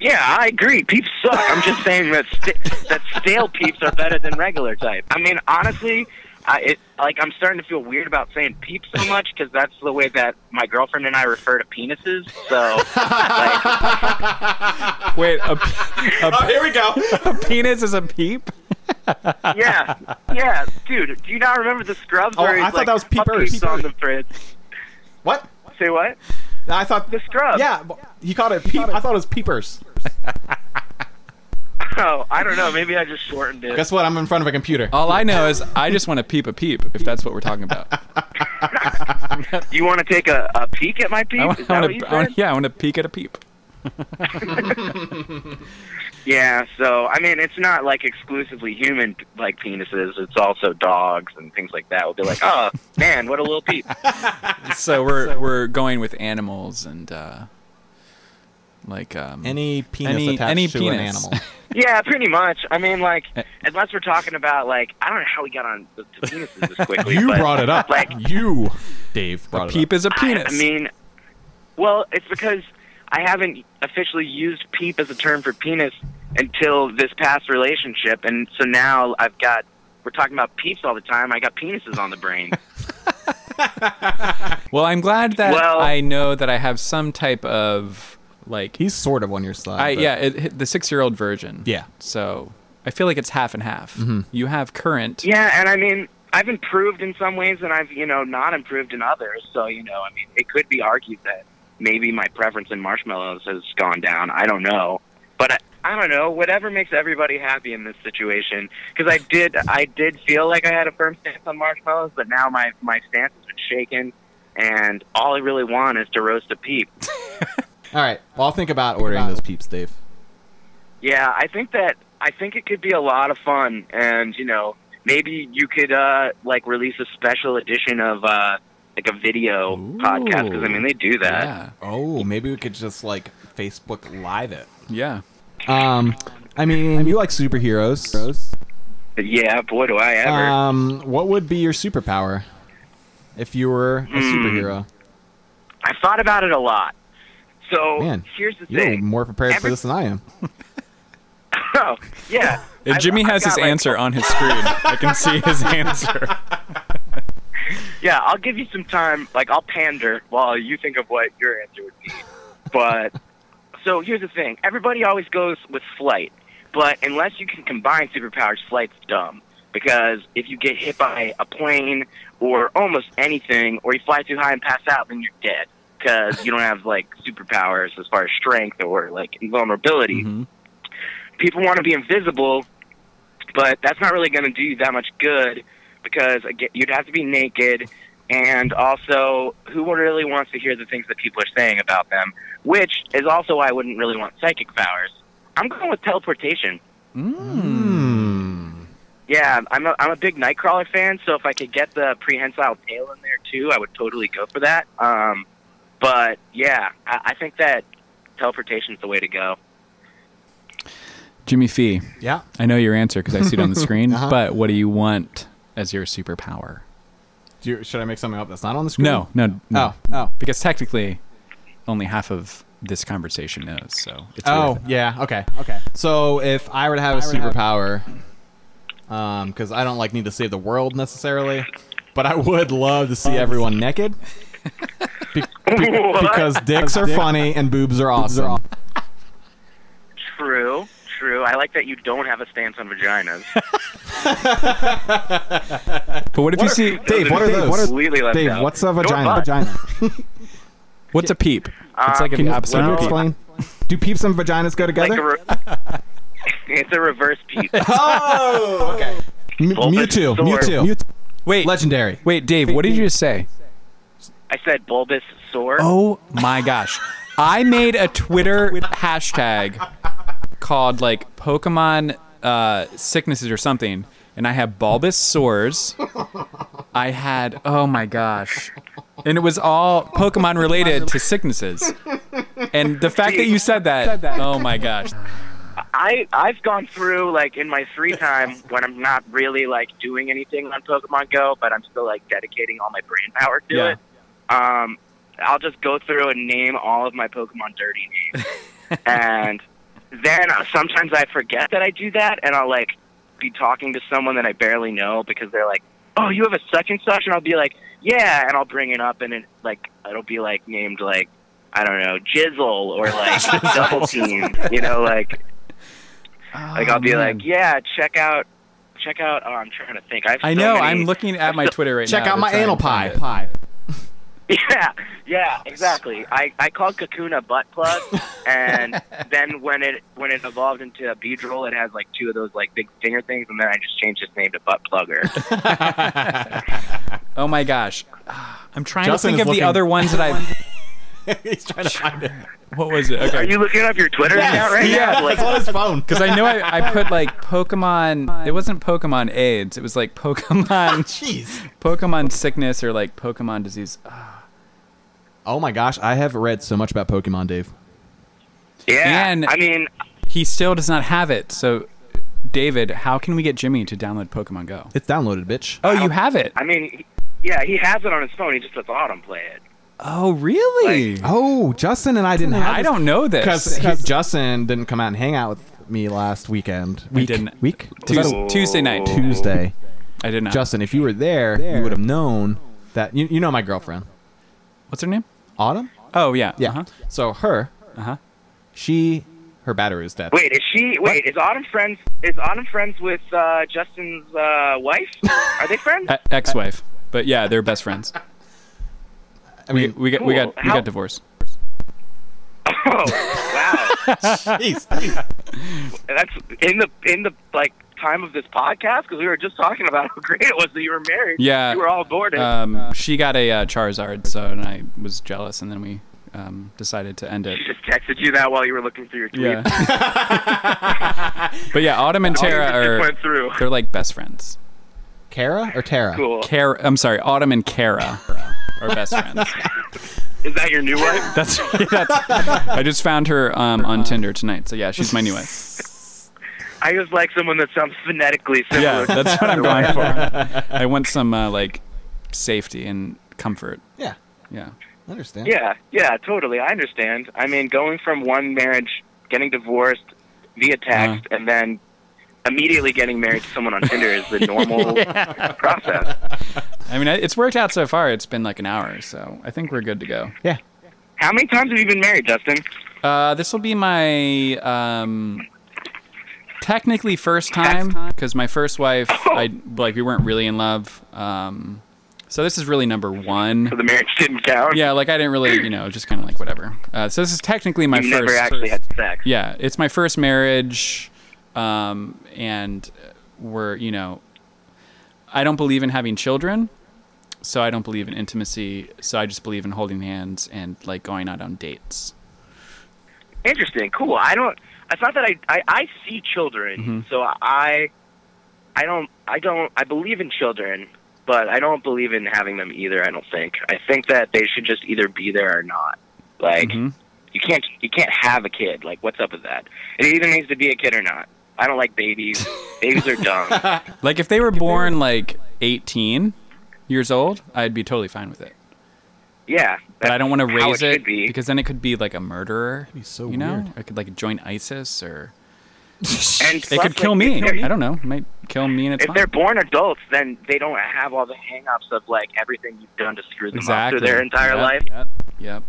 [SPEAKER 6] Yeah, I agree. Peeps suck. I'm just saying that st- that stale peeps are better than regular type. I mean, honestly, I it, like I'm starting to feel weird about saying peeps so much because that's the way that my girlfriend and I refer to penises. So,
[SPEAKER 1] <laughs>
[SPEAKER 6] like,
[SPEAKER 2] Wait, a, pe-
[SPEAKER 6] <laughs>
[SPEAKER 2] a
[SPEAKER 6] Oh,
[SPEAKER 2] pe-
[SPEAKER 1] Here we go.
[SPEAKER 2] <laughs> a penis is a peep?
[SPEAKER 6] yeah, yeah, dude. Do you not remember the Scrubs?
[SPEAKER 1] Oh,
[SPEAKER 6] where he's
[SPEAKER 1] I thought
[SPEAKER 6] like,
[SPEAKER 1] that was
[SPEAKER 6] "Fuck
[SPEAKER 1] peepers."
[SPEAKER 6] peeps on the fridge.
[SPEAKER 1] What?
[SPEAKER 6] Say what?
[SPEAKER 1] I thought
[SPEAKER 6] The Scrubs.
[SPEAKER 1] Yeah, but he called it peep. I thought it was peepers.
[SPEAKER 6] <laughs> Oh, I don't know. Maybe I just shortened it.
[SPEAKER 1] Guess what? I'm in front of a computer.
[SPEAKER 2] All I know is I just want to peep a peep, if that's what we're talking
[SPEAKER 6] <laughs>
[SPEAKER 2] about.
[SPEAKER 6] You want to take a, a peek at my peep?
[SPEAKER 2] I want,
[SPEAKER 6] Is that
[SPEAKER 2] I
[SPEAKER 6] what
[SPEAKER 2] want
[SPEAKER 6] you
[SPEAKER 2] to,
[SPEAKER 6] said?
[SPEAKER 2] I want, yeah, I want to peek at a peep.
[SPEAKER 6] Yeah, so I mean, it's not like exclusively human like penises. It's also dogs and things like that. We'll
[SPEAKER 1] <laughs>
[SPEAKER 6] be like, oh man, what a little peep.
[SPEAKER 2] So
[SPEAKER 6] <laughs>
[SPEAKER 2] we're we're going with animals and uh, like um,
[SPEAKER 1] Any penis
[SPEAKER 2] Any-
[SPEAKER 1] attached
[SPEAKER 2] any
[SPEAKER 1] to an
[SPEAKER 2] penis.
[SPEAKER 1] <laughs> animal.
[SPEAKER 6] yeah, pretty much. I mean, like,
[SPEAKER 1] Eh.
[SPEAKER 6] unless we're talking about like, I don't know how we got on the, the penises
[SPEAKER 1] <laughs>
[SPEAKER 6] this quickly.
[SPEAKER 1] You
[SPEAKER 6] but,
[SPEAKER 1] brought it up.
[SPEAKER 6] Like,
[SPEAKER 1] you, Dave, brought it
[SPEAKER 2] peep is a
[SPEAKER 6] I,
[SPEAKER 2] penis.
[SPEAKER 6] I mean, well, it's because I haven't officially used peep as a term for penis until this past relationship, and so now I've got. We're talking about peeps all the time. I got penises on the brain.
[SPEAKER 2] well, I'm glad that
[SPEAKER 6] Well-
[SPEAKER 2] I know that I have some type of like
[SPEAKER 1] He's sort of on your side.
[SPEAKER 2] I
[SPEAKER 1] but-
[SPEAKER 2] yeah, it, hit the six-year-old version.
[SPEAKER 1] Yeah.
[SPEAKER 2] So I feel like it's half and half.
[SPEAKER 1] Mm-hmm.
[SPEAKER 2] You have current.
[SPEAKER 6] Yeah, and I mean, I've improved in some ways, and I've you know not improved in others. So you know, I mean, it could be argued that maybe my preference in marshmallows has gone down. I don't know, but I, I don't know. Whatever makes everybody happy in this situation, because I did, I did feel like I had a firm stance on marshmallows, but now my my stance has been shaken, and all I really want is to roast a peep.
[SPEAKER 1] All right. Well, I'll think about ordering those peeps, Dave.
[SPEAKER 6] Yeah, I think that I think it could be a lot of fun, and you know, maybe you could uh, like release a special edition of uh, like a video podcast 'cause podcast because I mean they do that.
[SPEAKER 2] Yeah.
[SPEAKER 1] Oh, maybe we could just like Facebook Live it.
[SPEAKER 2] Yeah.
[SPEAKER 1] Um, I mean, you like superheroes.
[SPEAKER 6] But yeah, boy, do I ever!
[SPEAKER 2] Uh,
[SPEAKER 1] Um, what would be your superpower if you were a superhero?
[SPEAKER 6] I've thought about it a lot. So
[SPEAKER 1] Man,
[SPEAKER 6] here's the
[SPEAKER 1] You're
[SPEAKER 6] thing.
[SPEAKER 1] more prepared for
[SPEAKER 6] Every-
[SPEAKER 1] this than I am.
[SPEAKER 6] <laughs> Oh,
[SPEAKER 2] <laughs>
[SPEAKER 6] yeah.
[SPEAKER 2] If
[SPEAKER 6] I've-
[SPEAKER 2] Jimmy
[SPEAKER 6] I've
[SPEAKER 2] has
[SPEAKER 6] got,
[SPEAKER 2] his
[SPEAKER 6] like-
[SPEAKER 2] answer on his screen, I can see his answer.
[SPEAKER 6] Yeah, I'll give you some time. Like, I'll pander while you think of what your answer would be. But, so here's the thing everybody always goes with flight, but unless you can combine superpowers, flight's dumb. because if you get hit by a plane or almost anything, or you fly too high and pass out, then you're dead because you don't have like superpowers as far as strength or like invulnerability. People want to be invisible, but that's not really going to do you that much good because again, you'd have to be naked. And also, who really wants to hear the things that people are saying about them? Which is also why I wouldn't really want psychic powers. I'm going with teleportation.
[SPEAKER 1] Hmm.
[SPEAKER 6] Yeah, I'm a, I'm a big Nightcrawler fan, so if I could get the prehensile tail in there too, I would totally go for that. Um, but yeah, I, I think that teleportation's the way to go.
[SPEAKER 2] Jimmy Fee,
[SPEAKER 1] Yeah.
[SPEAKER 2] I know your answer because I see it on the screen,
[SPEAKER 1] Uh-huh.
[SPEAKER 2] but what do you want as your superpower?
[SPEAKER 1] Do you, should I make something up that's not on the screen?
[SPEAKER 2] No, no, no.
[SPEAKER 1] Oh, oh.
[SPEAKER 2] Because technically, only half of this conversation knows, so it's
[SPEAKER 1] Oh,
[SPEAKER 2] weird.
[SPEAKER 1] yeah. Okay. Okay. So if I were to have a superpower, um, because I don't like need to save the world necessarily, but I would love to see everyone naked. Be- be- <laughs>
[SPEAKER 6] What?
[SPEAKER 1] because dicks
[SPEAKER 6] <laughs>
[SPEAKER 1] are funny and boobs are awesome.
[SPEAKER 6] True, true. I like that you don't have a stance on vaginas.
[SPEAKER 2] But what if you see
[SPEAKER 1] Dave, what are
[SPEAKER 6] Those
[SPEAKER 1] those?
[SPEAKER 6] Completely left
[SPEAKER 1] Dave,
[SPEAKER 6] out.
[SPEAKER 1] what's a
[SPEAKER 6] Your
[SPEAKER 1] vagina?
[SPEAKER 6] butt.
[SPEAKER 1] Vagina.
[SPEAKER 2] what's a peep?
[SPEAKER 6] Uh,
[SPEAKER 2] it's like
[SPEAKER 1] Can
[SPEAKER 2] the
[SPEAKER 1] you,
[SPEAKER 2] opposite
[SPEAKER 1] can you
[SPEAKER 2] of a peep.
[SPEAKER 1] explain? Do peeps and vaginas go
[SPEAKER 6] Like
[SPEAKER 1] together?
[SPEAKER 6] a re- <laughs> it's a reverse peep.
[SPEAKER 1] <laughs> oh, okay. M-
[SPEAKER 6] Bulbous
[SPEAKER 1] Mewtwo,
[SPEAKER 6] sword.
[SPEAKER 1] Mewtwo, Mewtwo,
[SPEAKER 2] Wait,
[SPEAKER 1] legendary.
[SPEAKER 2] wait, Dave, what did you just say?
[SPEAKER 6] I said bulbous sore.
[SPEAKER 2] Oh my gosh. I made a Twitter hashtag called like Pokemon uh, sicknesses or something, and I had bulbous sores. I had oh my gosh. And it was all Pokemon related to sicknesses. And the fact that you said that, oh my gosh.
[SPEAKER 6] I I've gone through like in my free time when I'm not really like doing anything on Pokemon Go, but I'm still like dedicating all my brain power to
[SPEAKER 2] Yeah.
[SPEAKER 6] it. Um, I'll just go through and name all of my Pokemon dirty
[SPEAKER 2] <laughs>
[SPEAKER 6] names, and then uh, sometimes I forget that I do that, and I'll like be talking to someone that I barely know because they're like, "Oh, you have a such and such," and I'll be like, "Yeah," and I'll bring it up, and it like it'll be like named like. I don't know,
[SPEAKER 2] <laughs>
[SPEAKER 6] Jizzle or like Double Team, you know, like like I'll
[SPEAKER 2] Oh,
[SPEAKER 6] be like, yeah, check out, check out. Oh, I'm trying to think. I, have
[SPEAKER 2] I
[SPEAKER 6] so
[SPEAKER 2] know,
[SPEAKER 6] many-
[SPEAKER 2] I'm looking at my Twitter right now.
[SPEAKER 1] Check out
[SPEAKER 2] to
[SPEAKER 1] my
[SPEAKER 2] try and
[SPEAKER 1] anal pie.
[SPEAKER 2] find it.
[SPEAKER 1] Pie.
[SPEAKER 6] <laughs> Yeah, yeah, exactly. I I called Kakuna a butt plug,
[SPEAKER 2] <laughs>
[SPEAKER 6] and then when it when it evolved into a beedrill, it has like two of those like big finger things, and then I just changed its name to butt plugger.
[SPEAKER 2] <laughs> Oh my gosh. I'm
[SPEAKER 1] Justin
[SPEAKER 2] trying to
[SPEAKER 1] is
[SPEAKER 2] think of
[SPEAKER 1] looking-
[SPEAKER 2] the other ones that I
[SPEAKER 1] He's trying to find it.
[SPEAKER 2] what was it?
[SPEAKER 6] Are
[SPEAKER 2] Okay.
[SPEAKER 6] you looking up your Twitter account right
[SPEAKER 2] yeah.
[SPEAKER 6] now? Like,
[SPEAKER 1] It's on <laughs> his phone.
[SPEAKER 2] Because I know I, I put like Pokemon. It wasn't Pokemon AIDS. It was like Pokemon,
[SPEAKER 1] <laughs>
[SPEAKER 2] <laughs>
[SPEAKER 1] Jeez.
[SPEAKER 2] Pokemon sickness or like Pokemon disease. Ah,
[SPEAKER 1] Oh my gosh, I have read so much about Pokemon, Dave.
[SPEAKER 6] yeah,
[SPEAKER 2] And-
[SPEAKER 6] I mean,
[SPEAKER 2] He still does not have it. So, David, how can we get Jimmy to download Pokemon Go?
[SPEAKER 1] It's downloaded, bitch.
[SPEAKER 2] Oh, you have it.
[SPEAKER 6] I mean, he- yeah, he has it on his phone. He just lets Autumn play it.
[SPEAKER 2] Oh, really?
[SPEAKER 1] Oh, Justin and I didn't have.
[SPEAKER 2] I don't know this.
[SPEAKER 1] because
[SPEAKER 2] He-
[SPEAKER 1] Justin didn't come out and hang out with me last weekend. Week,
[SPEAKER 2] didn't.
[SPEAKER 1] Week Was that
[SPEAKER 2] Tues- Tuesday night.
[SPEAKER 1] a Tuesday.
[SPEAKER 2] I did not.
[SPEAKER 1] Justin, if you were there, you would have known that you, you know my girlfriend,
[SPEAKER 2] What's her name?
[SPEAKER 1] Autumn.
[SPEAKER 2] Oh, yeah.
[SPEAKER 1] Yeah.
[SPEAKER 2] Uh-huh.
[SPEAKER 1] So her,
[SPEAKER 2] Uh-huh.
[SPEAKER 1] she, her battery was dead.
[SPEAKER 6] Wait, is she? Wait, is Autumn friends? Is Autumn friends with uh, Justin's uh, wife? Are they friends?
[SPEAKER 2] E- ex-wife. But yeah, they're best friends.
[SPEAKER 1] I
[SPEAKER 2] We,
[SPEAKER 1] mean,
[SPEAKER 2] we got we got
[SPEAKER 6] Cool.
[SPEAKER 2] we
[SPEAKER 6] How-
[SPEAKER 2] got divorced.
[SPEAKER 6] <laughs> oh, wow!
[SPEAKER 1] jeez.
[SPEAKER 6] That's in the in the like time of this podcast because we were just talking about how <laughs> great it was that you were married.
[SPEAKER 2] Yeah.
[SPEAKER 6] you were all boarded.
[SPEAKER 2] Um, she got a uh, Charizard, so and I was jealous, and then we um, decided to end it.
[SPEAKER 6] she just texted you that while you were looking through your tweets.
[SPEAKER 2] Yeah. but yeah, <laughs> Autumn and Tara
[SPEAKER 6] All your
[SPEAKER 2] are
[SPEAKER 6] tweets went through.
[SPEAKER 2] they're like best friends.
[SPEAKER 1] Kara or Tara?
[SPEAKER 6] <laughs> Cool.
[SPEAKER 2] Kara, I'm sorry, Autumn and Kara are best <laughs> friends.
[SPEAKER 6] Is that your
[SPEAKER 2] <laughs>
[SPEAKER 6] new wife?
[SPEAKER 2] That's, that's I just found her um, on Tinder tonight, so yeah, she's my new wife.
[SPEAKER 6] I just like someone that sounds phonetically
[SPEAKER 2] Yeah,
[SPEAKER 6] similar.
[SPEAKER 2] that's what I'm going for. I want some uh, like safety and comfort.
[SPEAKER 1] Yeah,
[SPEAKER 2] Yeah.
[SPEAKER 1] I understand.
[SPEAKER 6] yeah, yeah, totally. I understand. I mean, going from one marriage, getting divorced via text,
[SPEAKER 2] Uh-huh.
[SPEAKER 6] and then immediately getting married to someone on Tinder is
[SPEAKER 2] <laughs>
[SPEAKER 6] the normal process.
[SPEAKER 2] I mean, I- it's worked out so far. It's been like an hour, so I think we're good to go.
[SPEAKER 1] Yeah.
[SPEAKER 6] How many times have you been married, Justin?
[SPEAKER 2] Uh, this will be my um, technically first time because my first wife,
[SPEAKER 6] Oh.
[SPEAKER 2] I like we weren't really in love. Um, so this is really number
[SPEAKER 6] So
[SPEAKER 2] one.
[SPEAKER 6] the marriage didn't count.
[SPEAKER 2] Yeah, like I didn't really, you know, just kind of like whatever. Uh, so this is technically my
[SPEAKER 6] You
[SPEAKER 2] first.
[SPEAKER 6] never actually had sex.
[SPEAKER 2] yeah, it's my first marriage, um, and we're you know, I don't believe in having children, so I don't believe in intimacy. So I just believe in holding hands and like going out on dates.
[SPEAKER 6] Interesting. Cool. I don't. It's not that I. I, I see children,
[SPEAKER 2] Mm-hmm.
[SPEAKER 6] so I. I don't. I don't. I believe in children, but I don't believe in having them either. I don't think. I think that they should just either be there or not. Like
[SPEAKER 2] Mm-hmm.
[SPEAKER 6] you can't. You can't have a kid. Like what's up with that? It either needs to be a kid or not. I don't
[SPEAKER 2] <laughs>
[SPEAKER 6] like babies. babies are dumb.
[SPEAKER 2] Like if they were born like 18 years old, I'd be totally fine with it.
[SPEAKER 6] Yeah.
[SPEAKER 2] But I don't want to
[SPEAKER 6] how
[SPEAKER 2] raise
[SPEAKER 6] it,
[SPEAKER 2] it
[SPEAKER 6] should be.
[SPEAKER 2] because then it could be like a murderer.
[SPEAKER 1] be so
[SPEAKER 2] you know,
[SPEAKER 1] weird.
[SPEAKER 2] I could like join ISIS or
[SPEAKER 6] And
[SPEAKER 2] it
[SPEAKER 6] plus,
[SPEAKER 2] could kill
[SPEAKER 6] like,
[SPEAKER 2] me.
[SPEAKER 6] if they're-
[SPEAKER 2] I don't know. It might kill me and it's
[SPEAKER 6] If
[SPEAKER 2] fine.
[SPEAKER 6] they're born adults, then they don't have all the hang-ups of like everything you've done to screw them
[SPEAKER 2] exactly
[SPEAKER 6] up through their entire
[SPEAKER 2] Yep,
[SPEAKER 6] life.
[SPEAKER 2] Yep. Yep.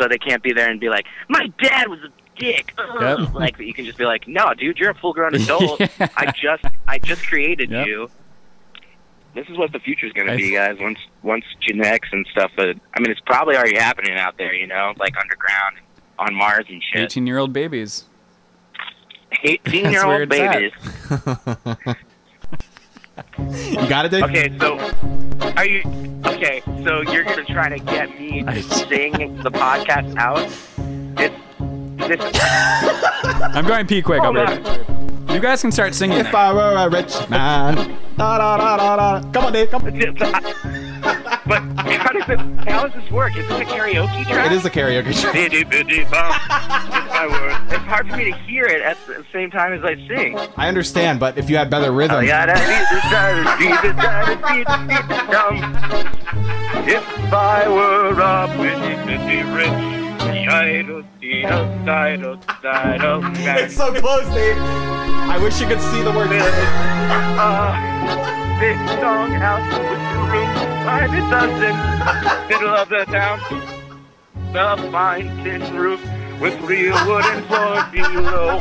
[SPEAKER 6] so they can't be there and be like, "My dad was a dick." Ugh.
[SPEAKER 2] Yep.
[SPEAKER 6] <laughs> Like you can just be like, "No, dude, you're a
[SPEAKER 2] <laughs>
[SPEAKER 6] full-grown adult.
[SPEAKER 2] Yeah.
[SPEAKER 6] I just, I just created
[SPEAKER 2] Yep.
[SPEAKER 6] you." This is what the future's going
[SPEAKER 2] I-
[SPEAKER 6] to be, guys. Once, once genetics and stuff. uh I mean, it's probably already happening out there, you know, like underground, on Mars and shit.
[SPEAKER 2] 18 year old babies. That's where
[SPEAKER 6] Eighteen-year-old
[SPEAKER 2] it's at.
[SPEAKER 6] babies.
[SPEAKER 1] You got it, Dave?
[SPEAKER 6] Okay, so are you okay? So you're gonna try to get me to sing the podcast out? This,
[SPEAKER 1] <laughs>
[SPEAKER 6] this.
[SPEAKER 2] I'm going pee quick. I'll be
[SPEAKER 6] Hold
[SPEAKER 2] right back. You guys can start singing.
[SPEAKER 1] If
[SPEAKER 2] then.
[SPEAKER 1] I were a rich man. Da, da, da, da, da. Come on, Dave. Come on.
[SPEAKER 6] But <laughs> how does it? How does this work? Is it a karaoke track?
[SPEAKER 1] It is a karaoke track.
[SPEAKER 6] It's hard for me to hear it at the same time as I sing.
[SPEAKER 1] I understand, but if you had better
[SPEAKER 6] I
[SPEAKER 1] rhythm.
[SPEAKER 6] gotta beat the dust, beat the dust, beat the- beat the drum. If I were a pretty rich, idle, idle, idle, idle man.
[SPEAKER 1] It's so close, Dave. I wish you could see the word.
[SPEAKER 6] Uh, big song house with two rooms by the dozen, middle of the town. The fine tin roof with real wooden floor below.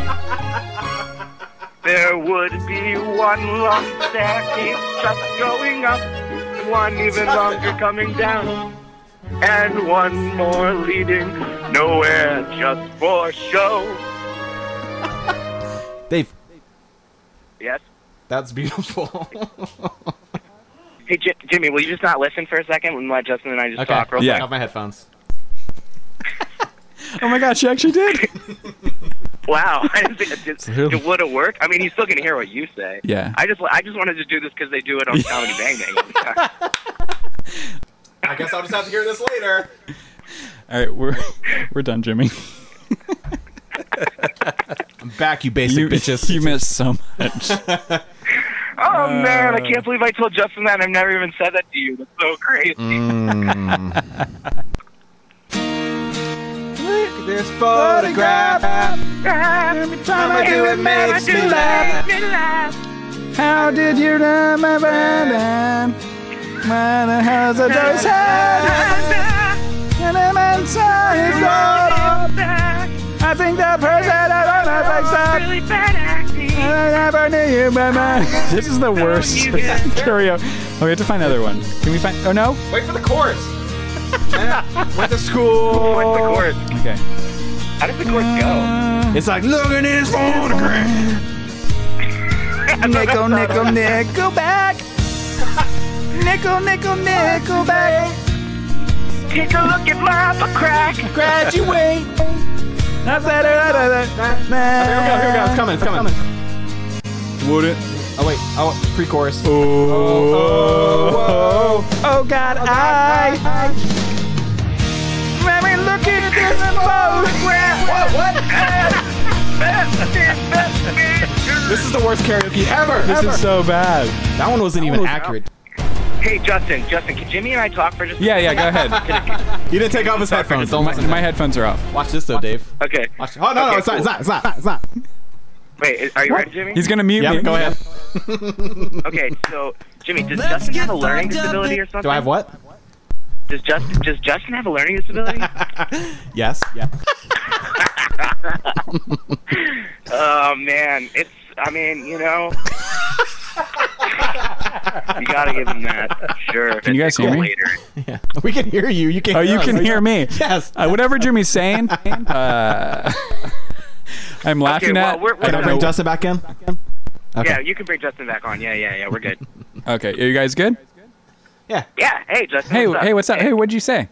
[SPEAKER 6] There would be one long staircase just going up, one even longer coming down, and one more leading nowhere just for show.
[SPEAKER 1] Dave,
[SPEAKER 6] Yes.
[SPEAKER 1] that's beautiful.
[SPEAKER 6] Hey, J- Jimmy, will you just not listen for a second and let Justin and I just
[SPEAKER 1] okay.
[SPEAKER 2] <laughs>
[SPEAKER 6] talk real
[SPEAKER 1] yeah.
[SPEAKER 6] quick?
[SPEAKER 1] Off my headphones.
[SPEAKER 2] oh my god, she actually
[SPEAKER 6] <laughs>
[SPEAKER 2] did.
[SPEAKER 6] Wow, <laughs> I didn't think it, did-
[SPEAKER 2] Really?
[SPEAKER 6] it would have worked. I mean, he's still gonna hear what you say.
[SPEAKER 2] Yeah.
[SPEAKER 6] I just I just wanted to do this because they do it on Comedy Bang Bang. all the time.
[SPEAKER 1] I guess I'll just have to hear this later.
[SPEAKER 2] All right, we're we're done,
[SPEAKER 6] <laughs>
[SPEAKER 2] Jimmy.
[SPEAKER 1] I'm back, you basic
[SPEAKER 2] You <laughs>
[SPEAKER 1] bitches.
[SPEAKER 2] you missed so much.
[SPEAKER 6] Oh man, I can't believe I told Justin that. and I've never even said that to you. That's so crazy.
[SPEAKER 1] Look, this photograph. Every time I do it makes me laugh. How did you remember then? When the hell's a joy's head? And a man's side is wrong. I think the person that I like said.
[SPEAKER 6] Really bad acting.
[SPEAKER 2] I never knew you,
[SPEAKER 1] <laughs>
[SPEAKER 2] <laughs> This is the worst <laughs> karaoke. Oh, we have to find another one. Can we find? Oh no.
[SPEAKER 1] Wait for the chorus. Went to school.
[SPEAKER 6] What's the chorus?
[SPEAKER 2] Okay.
[SPEAKER 6] How does the chorus go?
[SPEAKER 1] It's like looking at his photograph.
[SPEAKER 7] Nickel, nickel, nickel back. Nickel, nickel, nickel back.
[SPEAKER 6] Take a look at my upper crack.
[SPEAKER 7] Graduate.
[SPEAKER 1] Da, da, da, da, da. Here we go, here we go. It's coming, it's coming.
[SPEAKER 2] Would it?
[SPEAKER 1] Oh, wait. Oh, pre chorus.
[SPEAKER 7] Oh God, I. Mary, look at this photograph.
[SPEAKER 1] This is the worst karaoke ever.
[SPEAKER 2] This
[SPEAKER 1] ever.
[SPEAKER 2] is so bad.
[SPEAKER 1] that one wasn't even accurate.
[SPEAKER 6] Hey Justin, Justin, can Jimmy and I talk for just?
[SPEAKER 2] Yeah, yeah. Go ahead.
[SPEAKER 1] He didn't take off his headphones. Don't
[SPEAKER 2] my,
[SPEAKER 1] listen.
[SPEAKER 2] my headphones are off.
[SPEAKER 1] Watch this though, Dave.
[SPEAKER 6] Okay.
[SPEAKER 1] Watch. Oh no, no,
[SPEAKER 6] Okay,
[SPEAKER 1] it's not, it's
[SPEAKER 6] cool.
[SPEAKER 1] not, it's not, it's not.
[SPEAKER 6] Wait, is- are you ready, Jimmy?
[SPEAKER 2] He's gonna mute me.
[SPEAKER 1] Yeah, go ahead.
[SPEAKER 6] Okay, so Jimmy, does Justin have a learning disability or something?
[SPEAKER 1] Do I have what?
[SPEAKER 6] Does Justin does Justin have a
[SPEAKER 2] <laughs>
[SPEAKER 6] learning disability?
[SPEAKER 1] Yes. Yeah.
[SPEAKER 6] Oh man, it's I mean, you know. you gotta give him that. Sure.
[SPEAKER 2] Can you guys hear me?
[SPEAKER 6] Later.
[SPEAKER 1] Yeah. <laughs> We can hear you. You can.
[SPEAKER 2] Oh, you
[SPEAKER 1] us,
[SPEAKER 2] can
[SPEAKER 1] right?
[SPEAKER 2] hear me.
[SPEAKER 1] Yes.
[SPEAKER 2] Uh, whatever Jimmy's saying, uh, I'm laughing
[SPEAKER 6] well,
[SPEAKER 2] at.
[SPEAKER 6] we're- we're
[SPEAKER 2] I
[SPEAKER 1] Can
[SPEAKER 2] don't
[SPEAKER 1] I bring
[SPEAKER 2] know-
[SPEAKER 1] Justin back in?
[SPEAKER 6] Yeah, you can bring Justin back on. Yeah, yeah, yeah.
[SPEAKER 2] <laughs>
[SPEAKER 6] We're good.
[SPEAKER 2] Okay, are you guys good?
[SPEAKER 1] Yeah.
[SPEAKER 6] Yeah. Hey, Justin.
[SPEAKER 2] Hey,
[SPEAKER 6] what's up?
[SPEAKER 2] hey, what's up? Hey, what'd you say?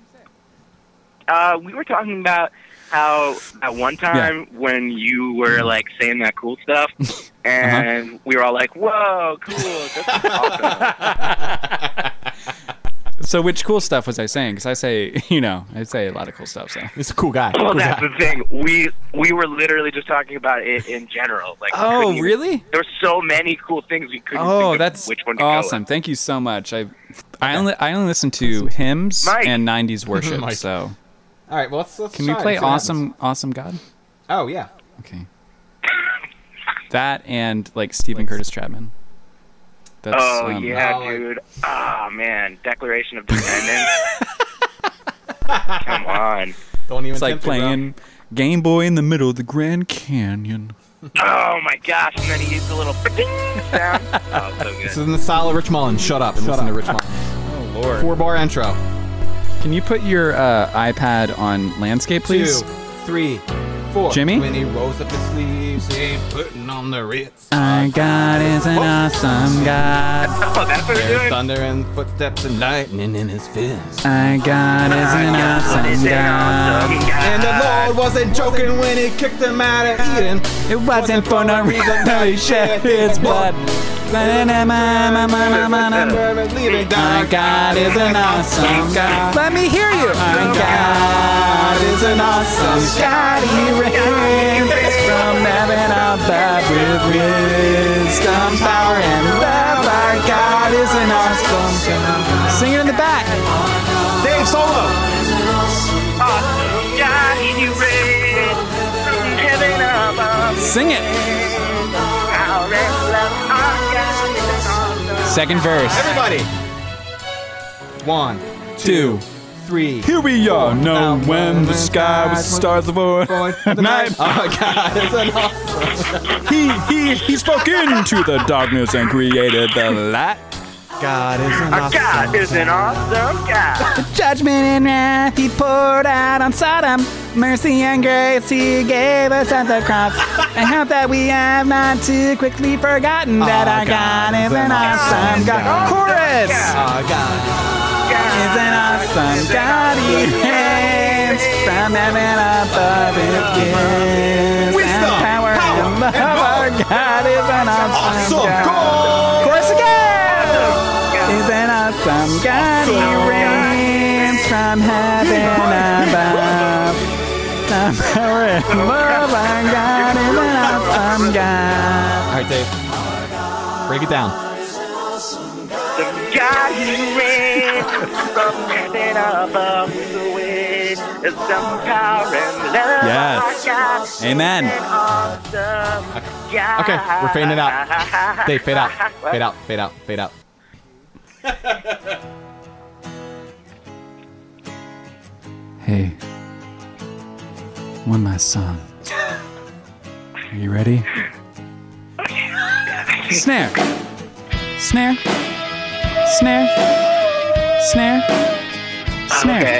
[SPEAKER 6] Uh, we were talking about how at one time when you were like saying that cool
[SPEAKER 2] <laughs>
[SPEAKER 6] stuff,
[SPEAKER 2] Uh-huh.
[SPEAKER 6] and we were all like, "Whoa, cool!"
[SPEAKER 2] <laughs>
[SPEAKER 6] Justin's awesome.
[SPEAKER 2] So, which cool stuff was I saying? Because I say, <laughs> you know, I say a lot of cool stuff. So.
[SPEAKER 1] He's a cool guy.
[SPEAKER 6] Well,
[SPEAKER 1] Cool
[SPEAKER 6] that's
[SPEAKER 1] guy.
[SPEAKER 6] the thing. We we were literally just talking about it in general. Like, we
[SPEAKER 2] Oh,
[SPEAKER 6] couldn't even-
[SPEAKER 2] really?
[SPEAKER 6] There were so many cool things we couldn't. think
[SPEAKER 2] Oh,
[SPEAKER 6] of
[SPEAKER 2] that's
[SPEAKER 6] which one to go with.
[SPEAKER 2] awesome. Thank you so much. I I only I only listen to hymns
[SPEAKER 6] Mike.
[SPEAKER 2] and <laughs> '90s worship.
[SPEAKER 1] Mike.
[SPEAKER 2] so,
[SPEAKER 1] All right. Well, let's, let's
[SPEAKER 2] can
[SPEAKER 1] try
[SPEAKER 2] we
[SPEAKER 1] and
[SPEAKER 2] play
[SPEAKER 1] see what happens.
[SPEAKER 2] "Awesome Awesome God"?
[SPEAKER 1] Oh yeah.
[SPEAKER 2] Okay. That and like Stephen Curtis Chapman. That's,
[SPEAKER 6] Oh
[SPEAKER 2] um,
[SPEAKER 6] yeah,
[SPEAKER 1] Oh, I-
[SPEAKER 6] dude. Ah man, Declaration
[SPEAKER 2] <laughs>
[SPEAKER 6] of Independence. Come on.
[SPEAKER 1] Don't even.
[SPEAKER 2] It's like
[SPEAKER 1] tempt me, bro.
[SPEAKER 2] playing Game Boy in the middle of the Grand Canyon.
[SPEAKER 6] Oh my gosh! And then he used a little <laughs> ding sound. Oh, so good.
[SPEAKER 1] This is in the style of Rich Mullen. Shut up and listen to Rich Mullen.
[SPEAKER 2] Oh lord!
[SPEAKER 1] Four bar intro.
[SPEAKER 2] Can you put your uh, iPad on landscape, please?
[SPEAKER 1] Two, three, four.
[SPEAKER 2] Jimmy?
[SPEAKER 1] When he rolls up his sleeves, he ain't putting on the Ritz.
[SPEAKER 2] Our God is an awesome God.
[SPEAKER 6] Oh, that's what they're
[SPEAKER 1] There's
[SPEAKER 6] doing.
[SPEAKER 1] thunder and footsteps and lightning in his fist.
[SPEAKER 2] Our God is an awesome God.
[SPEAKER 1] And the Lord wasn't joking when he kicked him out of Eden.
[SPEAKER 2] It wasn't for no reason that he shed his blood. Our
[SPEAKER 1] Never leaving God.
[SPEAKER 2] God is an awesome God. Let me hear you. Our God
[SPEAKER 1] God is an awesome God.
[SPEAKER 2] God, He reigns from heaven above with wisdom, power, and love. Our God is an awesome God. Sing it in the back.
[SPEAKER 5] Dave Solo.
[SPEAKER 6] Awesome God, He reigns from heaven above.
[SPEAKER 2] Sing it.
[SPEAKER 6] Our and love, our God is awesome.
[SPEAKER 2] Second verse.
[SPEAKER 1] Everybody. One,
[SPEAKER 2] Two.
[SPEAKER 1] three.
[SPEAKER 2] Here we are, known when the sky was stars of war.
[SPEAKER 1] Going
[SPEAKER 2] <laughs>
[SPEAKER 1] for the night.
[SPEAKER 2] Night.
[SPEAKER 1] Oh, God, is an awesome.
[SPEAKER 2] He, he, he spoke into the darkness and created the light.
[SPEAKER 1] God is an
[SPEAKER 6] Our God is an awesome God.
[SPEAKER 2] Judgment and wrath he poured out on Sodom. Mercy and grace he gave us at the cross. I hope that we have not too quickly forgotten that
[SPEAKER 1] Our
[SPEAKER 2] our
[SPEAKER 1] God
[SPEAKER 2] God, is an awesome God. Chorus!
[SPEAKER 1] Oh, God.
[SPEAKER 2] Is an awesome God. He reigns from heaven above with gifts
[SPEAKER 1] Wisdom,
[SPEAKER 2] and power and love. Our God is an awesome,
[SPEAKER 1] Awesome
[SPEAKER 2] God.
[SPEAKER 1] God.
[SPEAKER 2] Chorus again! Is an awesome God. He reigns from heaven above. The power and love our God is an awesome God.
[SPEAKER 1] All right, Dave. Break it down.
[SPEAKER 6] The God, He reigns from heaven above. The way is some power and love.
[SPEAKER 2] Yes.
[SPEAKER 6] Our God is
[SPEAKER 2] Amen.
[SPEAKER 6] an awesome God.
[SPEAKER 1] Okay, we're fading it out. Dave, fade out. Fade out, fade out, fade out.
[SPEAKER 2] Hey, one last song. Are you ready? Snare, snare, snare, snare, snare,
[SPEAKER 6] Okay.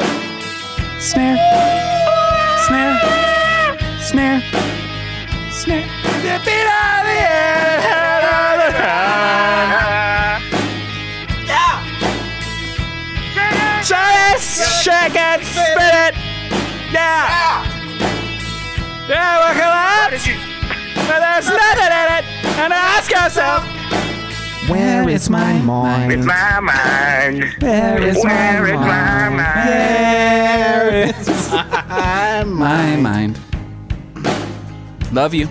[SPEAKER 2] snare, snare, snare, snare. The beat of the air. Shut it, shake it, spin it. Yeah. Yeah, we're collapsed. But there's nothing in it. And ask yourself, where is my mind?
[SPEAKER 6] With my mind.
[SPEAKER 2] Where is
[SPEAKER 6] Where is my mind?
[SPEAKER 2] Where is my mind? Love you.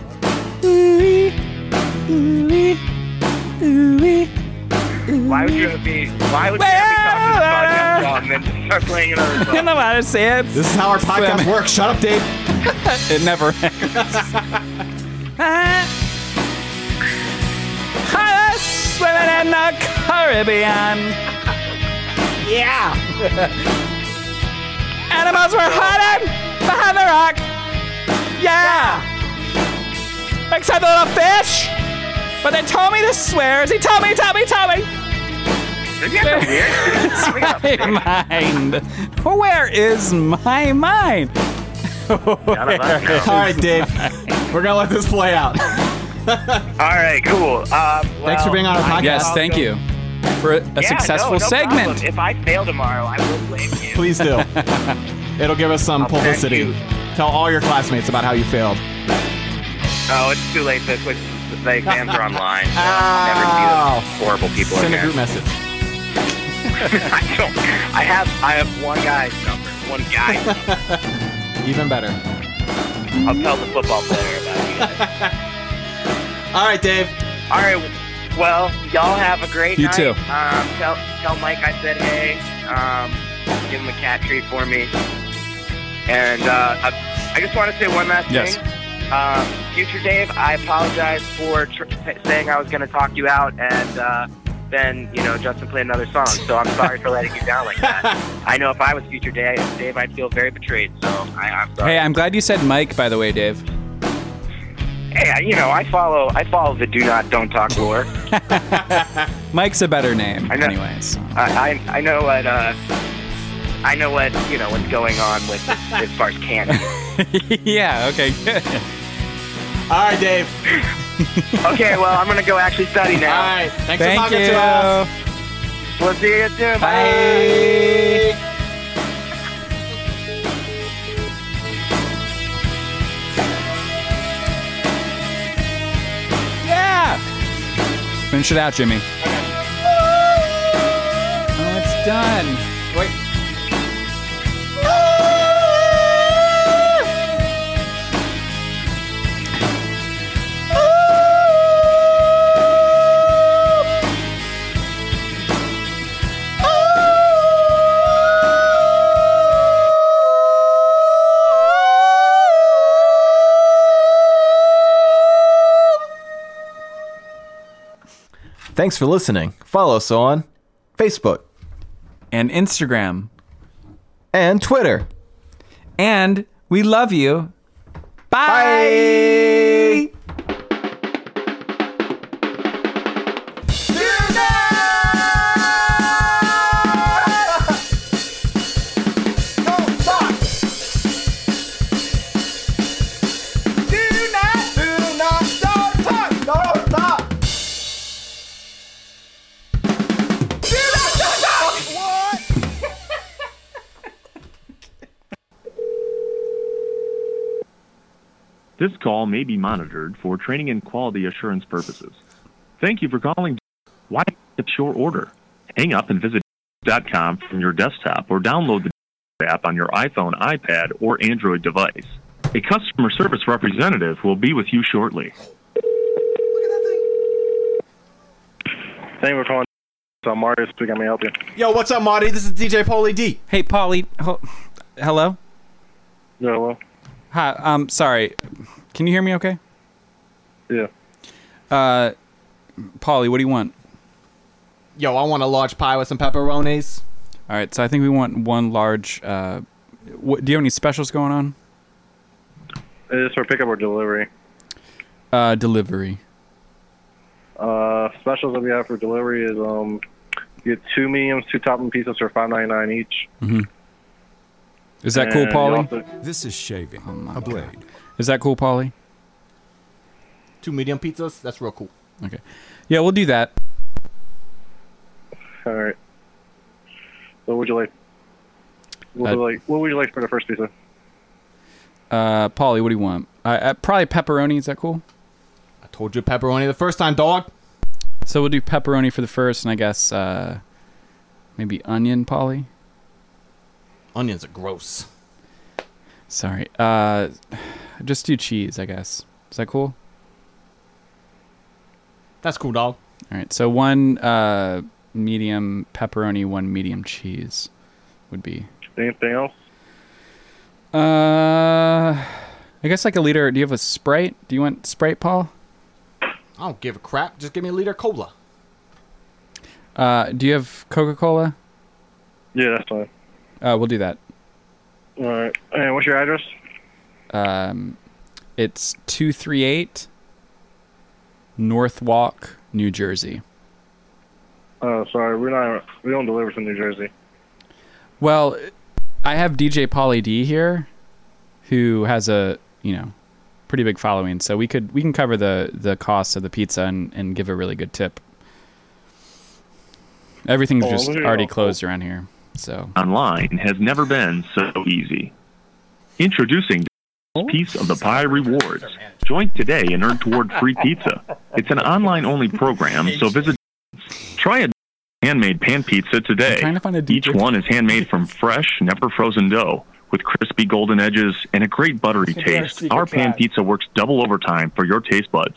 [SPEAKER 6] Why would you be? Why would you have me talking about that song and then start playing another
[SPEAKER 2] You
[SPEAKER 6] song?
[SPEAKER 2] know how to say it.
[SPEAKER 1] This is how our podcast works. Shut up, Dave.
[SPEAKER 2] It never ends. Hi, swimming in the Caribbean. Yeah. <laughs> Animals were hiding behind the rock. Yeah. Except the little fish
[SPEAKER 7] But they told me to swear. He told me, told me, told me.
[SPEAKER 2] <laughs>
[SPEAKER 6] Isn't that so weird? It's coming up. <laughs>
[SPEAKER 2] My mind. Where is my mind?
[SPEAKER 6] None of us know.
[SPEAKER 1] All right, Dave. <laughs> We're gonna let this play out.
[SPEAKER 6] All right, cool. Um,
[SPEAKER 1] Thanks for being on our podcast.
[SPEAKER 2] Yes, thank you for a, a successful segment.
[SPEAKER 6] If I fail tomorrow, I will blame you.
[SPEAKER 1] Please do. It'll give us some
[SPEAKER 6] I'll thank
[SPEAKER 1] publicity.
[SPEAKER 6] you.
[SPEAKER 1] Tell all your classmates about how you failed.
[SPEAKER 6] Oh, it's too late. The quiz, the exams are online. So <laughs> I'll never see those horrible people
[SPEAKER 1] Send a
[SPEAKER 6] again.
[SPEAKER 1] group message.
[SPEAKER 6] <laughs> I don't. I have. I have one guy's number. One guy.
[SPEAKER 1] Even better.
[SPEAKER 6] I'll tell the football player about you. guys.
[SPEAKER 1] All right, Dave.
[SPEAKER 6] All right. Well, y'all have a great
[SPEAKER 2] You
[SPEAKER 6] night.
[SPEAKER 2] too.
[SPEAKER 6] Um, tell tell Mike I said hey. Um, give him a cat treat for me. And uh, I, I just want to say one last
[SPEAKER 2] Yes.
[SPEAKER 6] thing. Um, Future Dave, I apologize for tr- saying I was going to talk you out, and uh, then you know Justin played another song, so I'm sorry for letting you down like
[SPEAKER 2] <laughs>
[SPEAKER 6] that. I know if I was Future Dave, Dave, I'd feel very betrayed. So I, I'm sorry.
[SPEAKER 2] Hey, I'm glad you said Mike, by the way, Dave.
[SPEAKER 6] Hey, I, you know I follow I follow the do not don't talk lore.
[SPEAKER 2] Mike's a better name,
[SPEAKER 6] I know.
[SPEAKER 2] anyways.
[SPEAKER 6] I, I I know what uh, I know what you know what's going on with as far
[SPEAKER 1] <laughs>
[SPEAKER 6] as candy.
[SPEAKER 2] yeah, okay, good.
[SPEAKER 1] All right, Dave.
[SPEAKER 6] Okay, well I'm gonna go actually study
[SPEAKER 1] All
[SPEAKER 6] now.
[SPEAKER 1] right. Thanks for
[SPEAKER 2] Thank
[SPEAKER 1] talking
[SPEAKER 2] you.
[SPEAKER 1] to us.
[SPEAKER 6] We'll see you soon.
[SPEAKER 2] Bye. Yeah. Finish it out, Jimmy. Oh, it's done. Wait.
[SPEAKER 1] Thanks for listening. Follow us on Facebook
[SPEAKER 2] And Instagram.
[SPEAKER 1] and Twitter.
[SPEAKER 2] And we love you. Bye.
[SPEAKER 8] This call may be monitored for training and quality assurance purposes. Thank you for calling. Why it's your order? Hang up and visit .com from your desktop or download the app on your iPhone, iPad, or Android device. A customer service representative will be with you shortly.
[SPEAKER 9] Thank you for calling. So Mario speaking. May I help you?
[SPEAKER 1] Yo, what's up, Marty? This is DJ Poli D.
[SPEAKER 2] Hey, Polly. Ho- Hello.
[SPEAKER 9] Yeah, hello.
[SPEAKER 2] Hi. Um. Sorry. Can you hear me? Okay.
[SPEAKER 9] Yeah.
[SPEAKER 2] Uh, Polly, what do you want?
[SPEAKER 1] Yo, I want a large pie with some pepperonis.
[SPEAKER 2] All right, so I think we want one large. Uh, what, do you have any specials going on?
[SPEAKER 9] Is this Uh, for pickup or delivery?
[SPEAKER 2] Uh, delivery.
[SPEAKER 9] Uh, specials that we have for delivery is um, you get two mediums, two topping pieces for five ninety nine each.
[SPEAKER 2] Is that cool,
[SPEAKER 9] And you
[SPEAKER 2] Polly? Oh
[SPEAKER 9] also-
[SPEAKER 10] This is shaving.
[SPEAKER 2] my
[SPEAKER 10] a blade.
[SPEAKER 2] Is that cool, Polly?
[SPEAKER 1] Two medium pizzas. That's real cool.
[SPEAKER 2] Okay. Yeah, we'll do that.
[SPEAKER 9] All right. What would you like? What would,
[SPEAKER 2] Uh,
[SPEAKER 9] you like? what would you like for the first pizza?
[SPEAKER 2] Uh, Polly, what do you want? Uh, uh, probably pepperoni. Is that cool?
[SPEAKER 1] I told you pepperoni the first time, dog.
[SPEAKER 2] So we'll do pepperoni for the first, and I guess uh, maybe onion, Polly.
[SPEAKER 1] Onions are gross.
[SPEAKER 2] Sorry. Uh, <sighs> just do cheese, I guess. Is that cool?
[SPEAKER 1] That's cool, dog.
[SPEAKER 2] All right. So one uh, medium pepperoni, one medium cheese, would be
[SPEAKER 9] Anything else?
[SPEAKER 2] Uh, I guess like a liter. Do you have a Sprite? Do you want Sprite, Paul?
[SPEAKER 1] I don't give a crap. Just give me a liter of cola.
[SPEAKER 2] Uh, do you have Coca Cola?
[SPEAKER 9] Yeah, that's fine.
[SPEAKER 2] Uh, we'll do that.
[SPEAKER 9] All right. And what's your address?
[SPEAKER 2] Um, it's two three eight Northwalk, New Jersey.
[SPEAKER 9] Oh, sorry, we're not. We don't deliver to New Jersey.
[SPEAKER 2] Well, I have DJ Polly D here, who has a you know pretty big following, so we could we can cover the the cost of the pizza and, and give a really good tip. Everything's
[SPEAKER 9] Oh,
[SPEAKER 2] just
[SPEAKER 9] yeah.
[SPEAKER 2] already closed around here, so
[SPEAKER 6] online has never been so easy. Introducing Piece of the Pie Rewards. Join today and earn toward free pizza. It's an online only program, so visit. Try a handmade pan pizza today.
[SPEAKER 2] I'm trying to find a
[SPEAKER 6] Each
[SPEAKER 2] DJ.
[SPEAKER 6] one is handmade from fresh, never frozen dough. With crispy golden edges and a great buttery
[SPEAKER 11] be our
[SPEAKER 6] taste,
[SPEAKER 11] secret
[SPEAKER 6] our pan
[SPEAKER 11] tribe.
[SPEAKER 6] pizza works double overtime for your taste buds.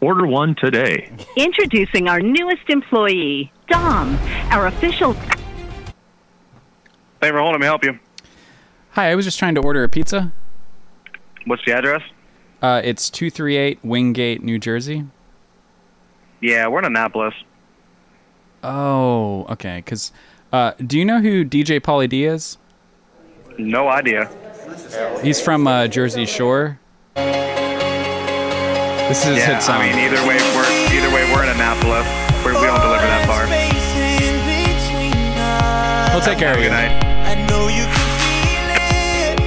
[SPEAKER 6] Order one today.
[SPEAKER 3] Introducing our newest employee, Dom, our official
[SPEAKER 9] Hey, for holding. May I help you?
[SPEAKER 2] hi, I was just trying to order a pizza.
[SPEAKER 9] What's the address?
[SPEAKER 2] Uh, it's two three eight Wingate, New Jersey.
[SPEAKER 9] Yeah, we're in Annapolis.
[SPEAKER 2] Oh, okay. Because uh, do you know who DJ Polly D is?
[SPEAKER 9] No idea.
[SPEAKER 2] He's from uh, Jersey Shore. This is his hit song.
[SPEAKER 9] I mean, either way, we're either way, we're in Annapolis. We're, we don't deliver that far.
[SPEAKER 2] He'll take care of you.
[SPEAKER 9] Good night.
[SPEAKER 11] I know you can feel it.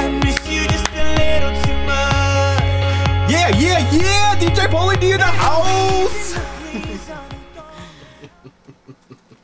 [SPEAKER 11] I miss you just a little too much.
[SPEAKER 1] Yeah, yeah, yeah. DJ Paulie D in the house.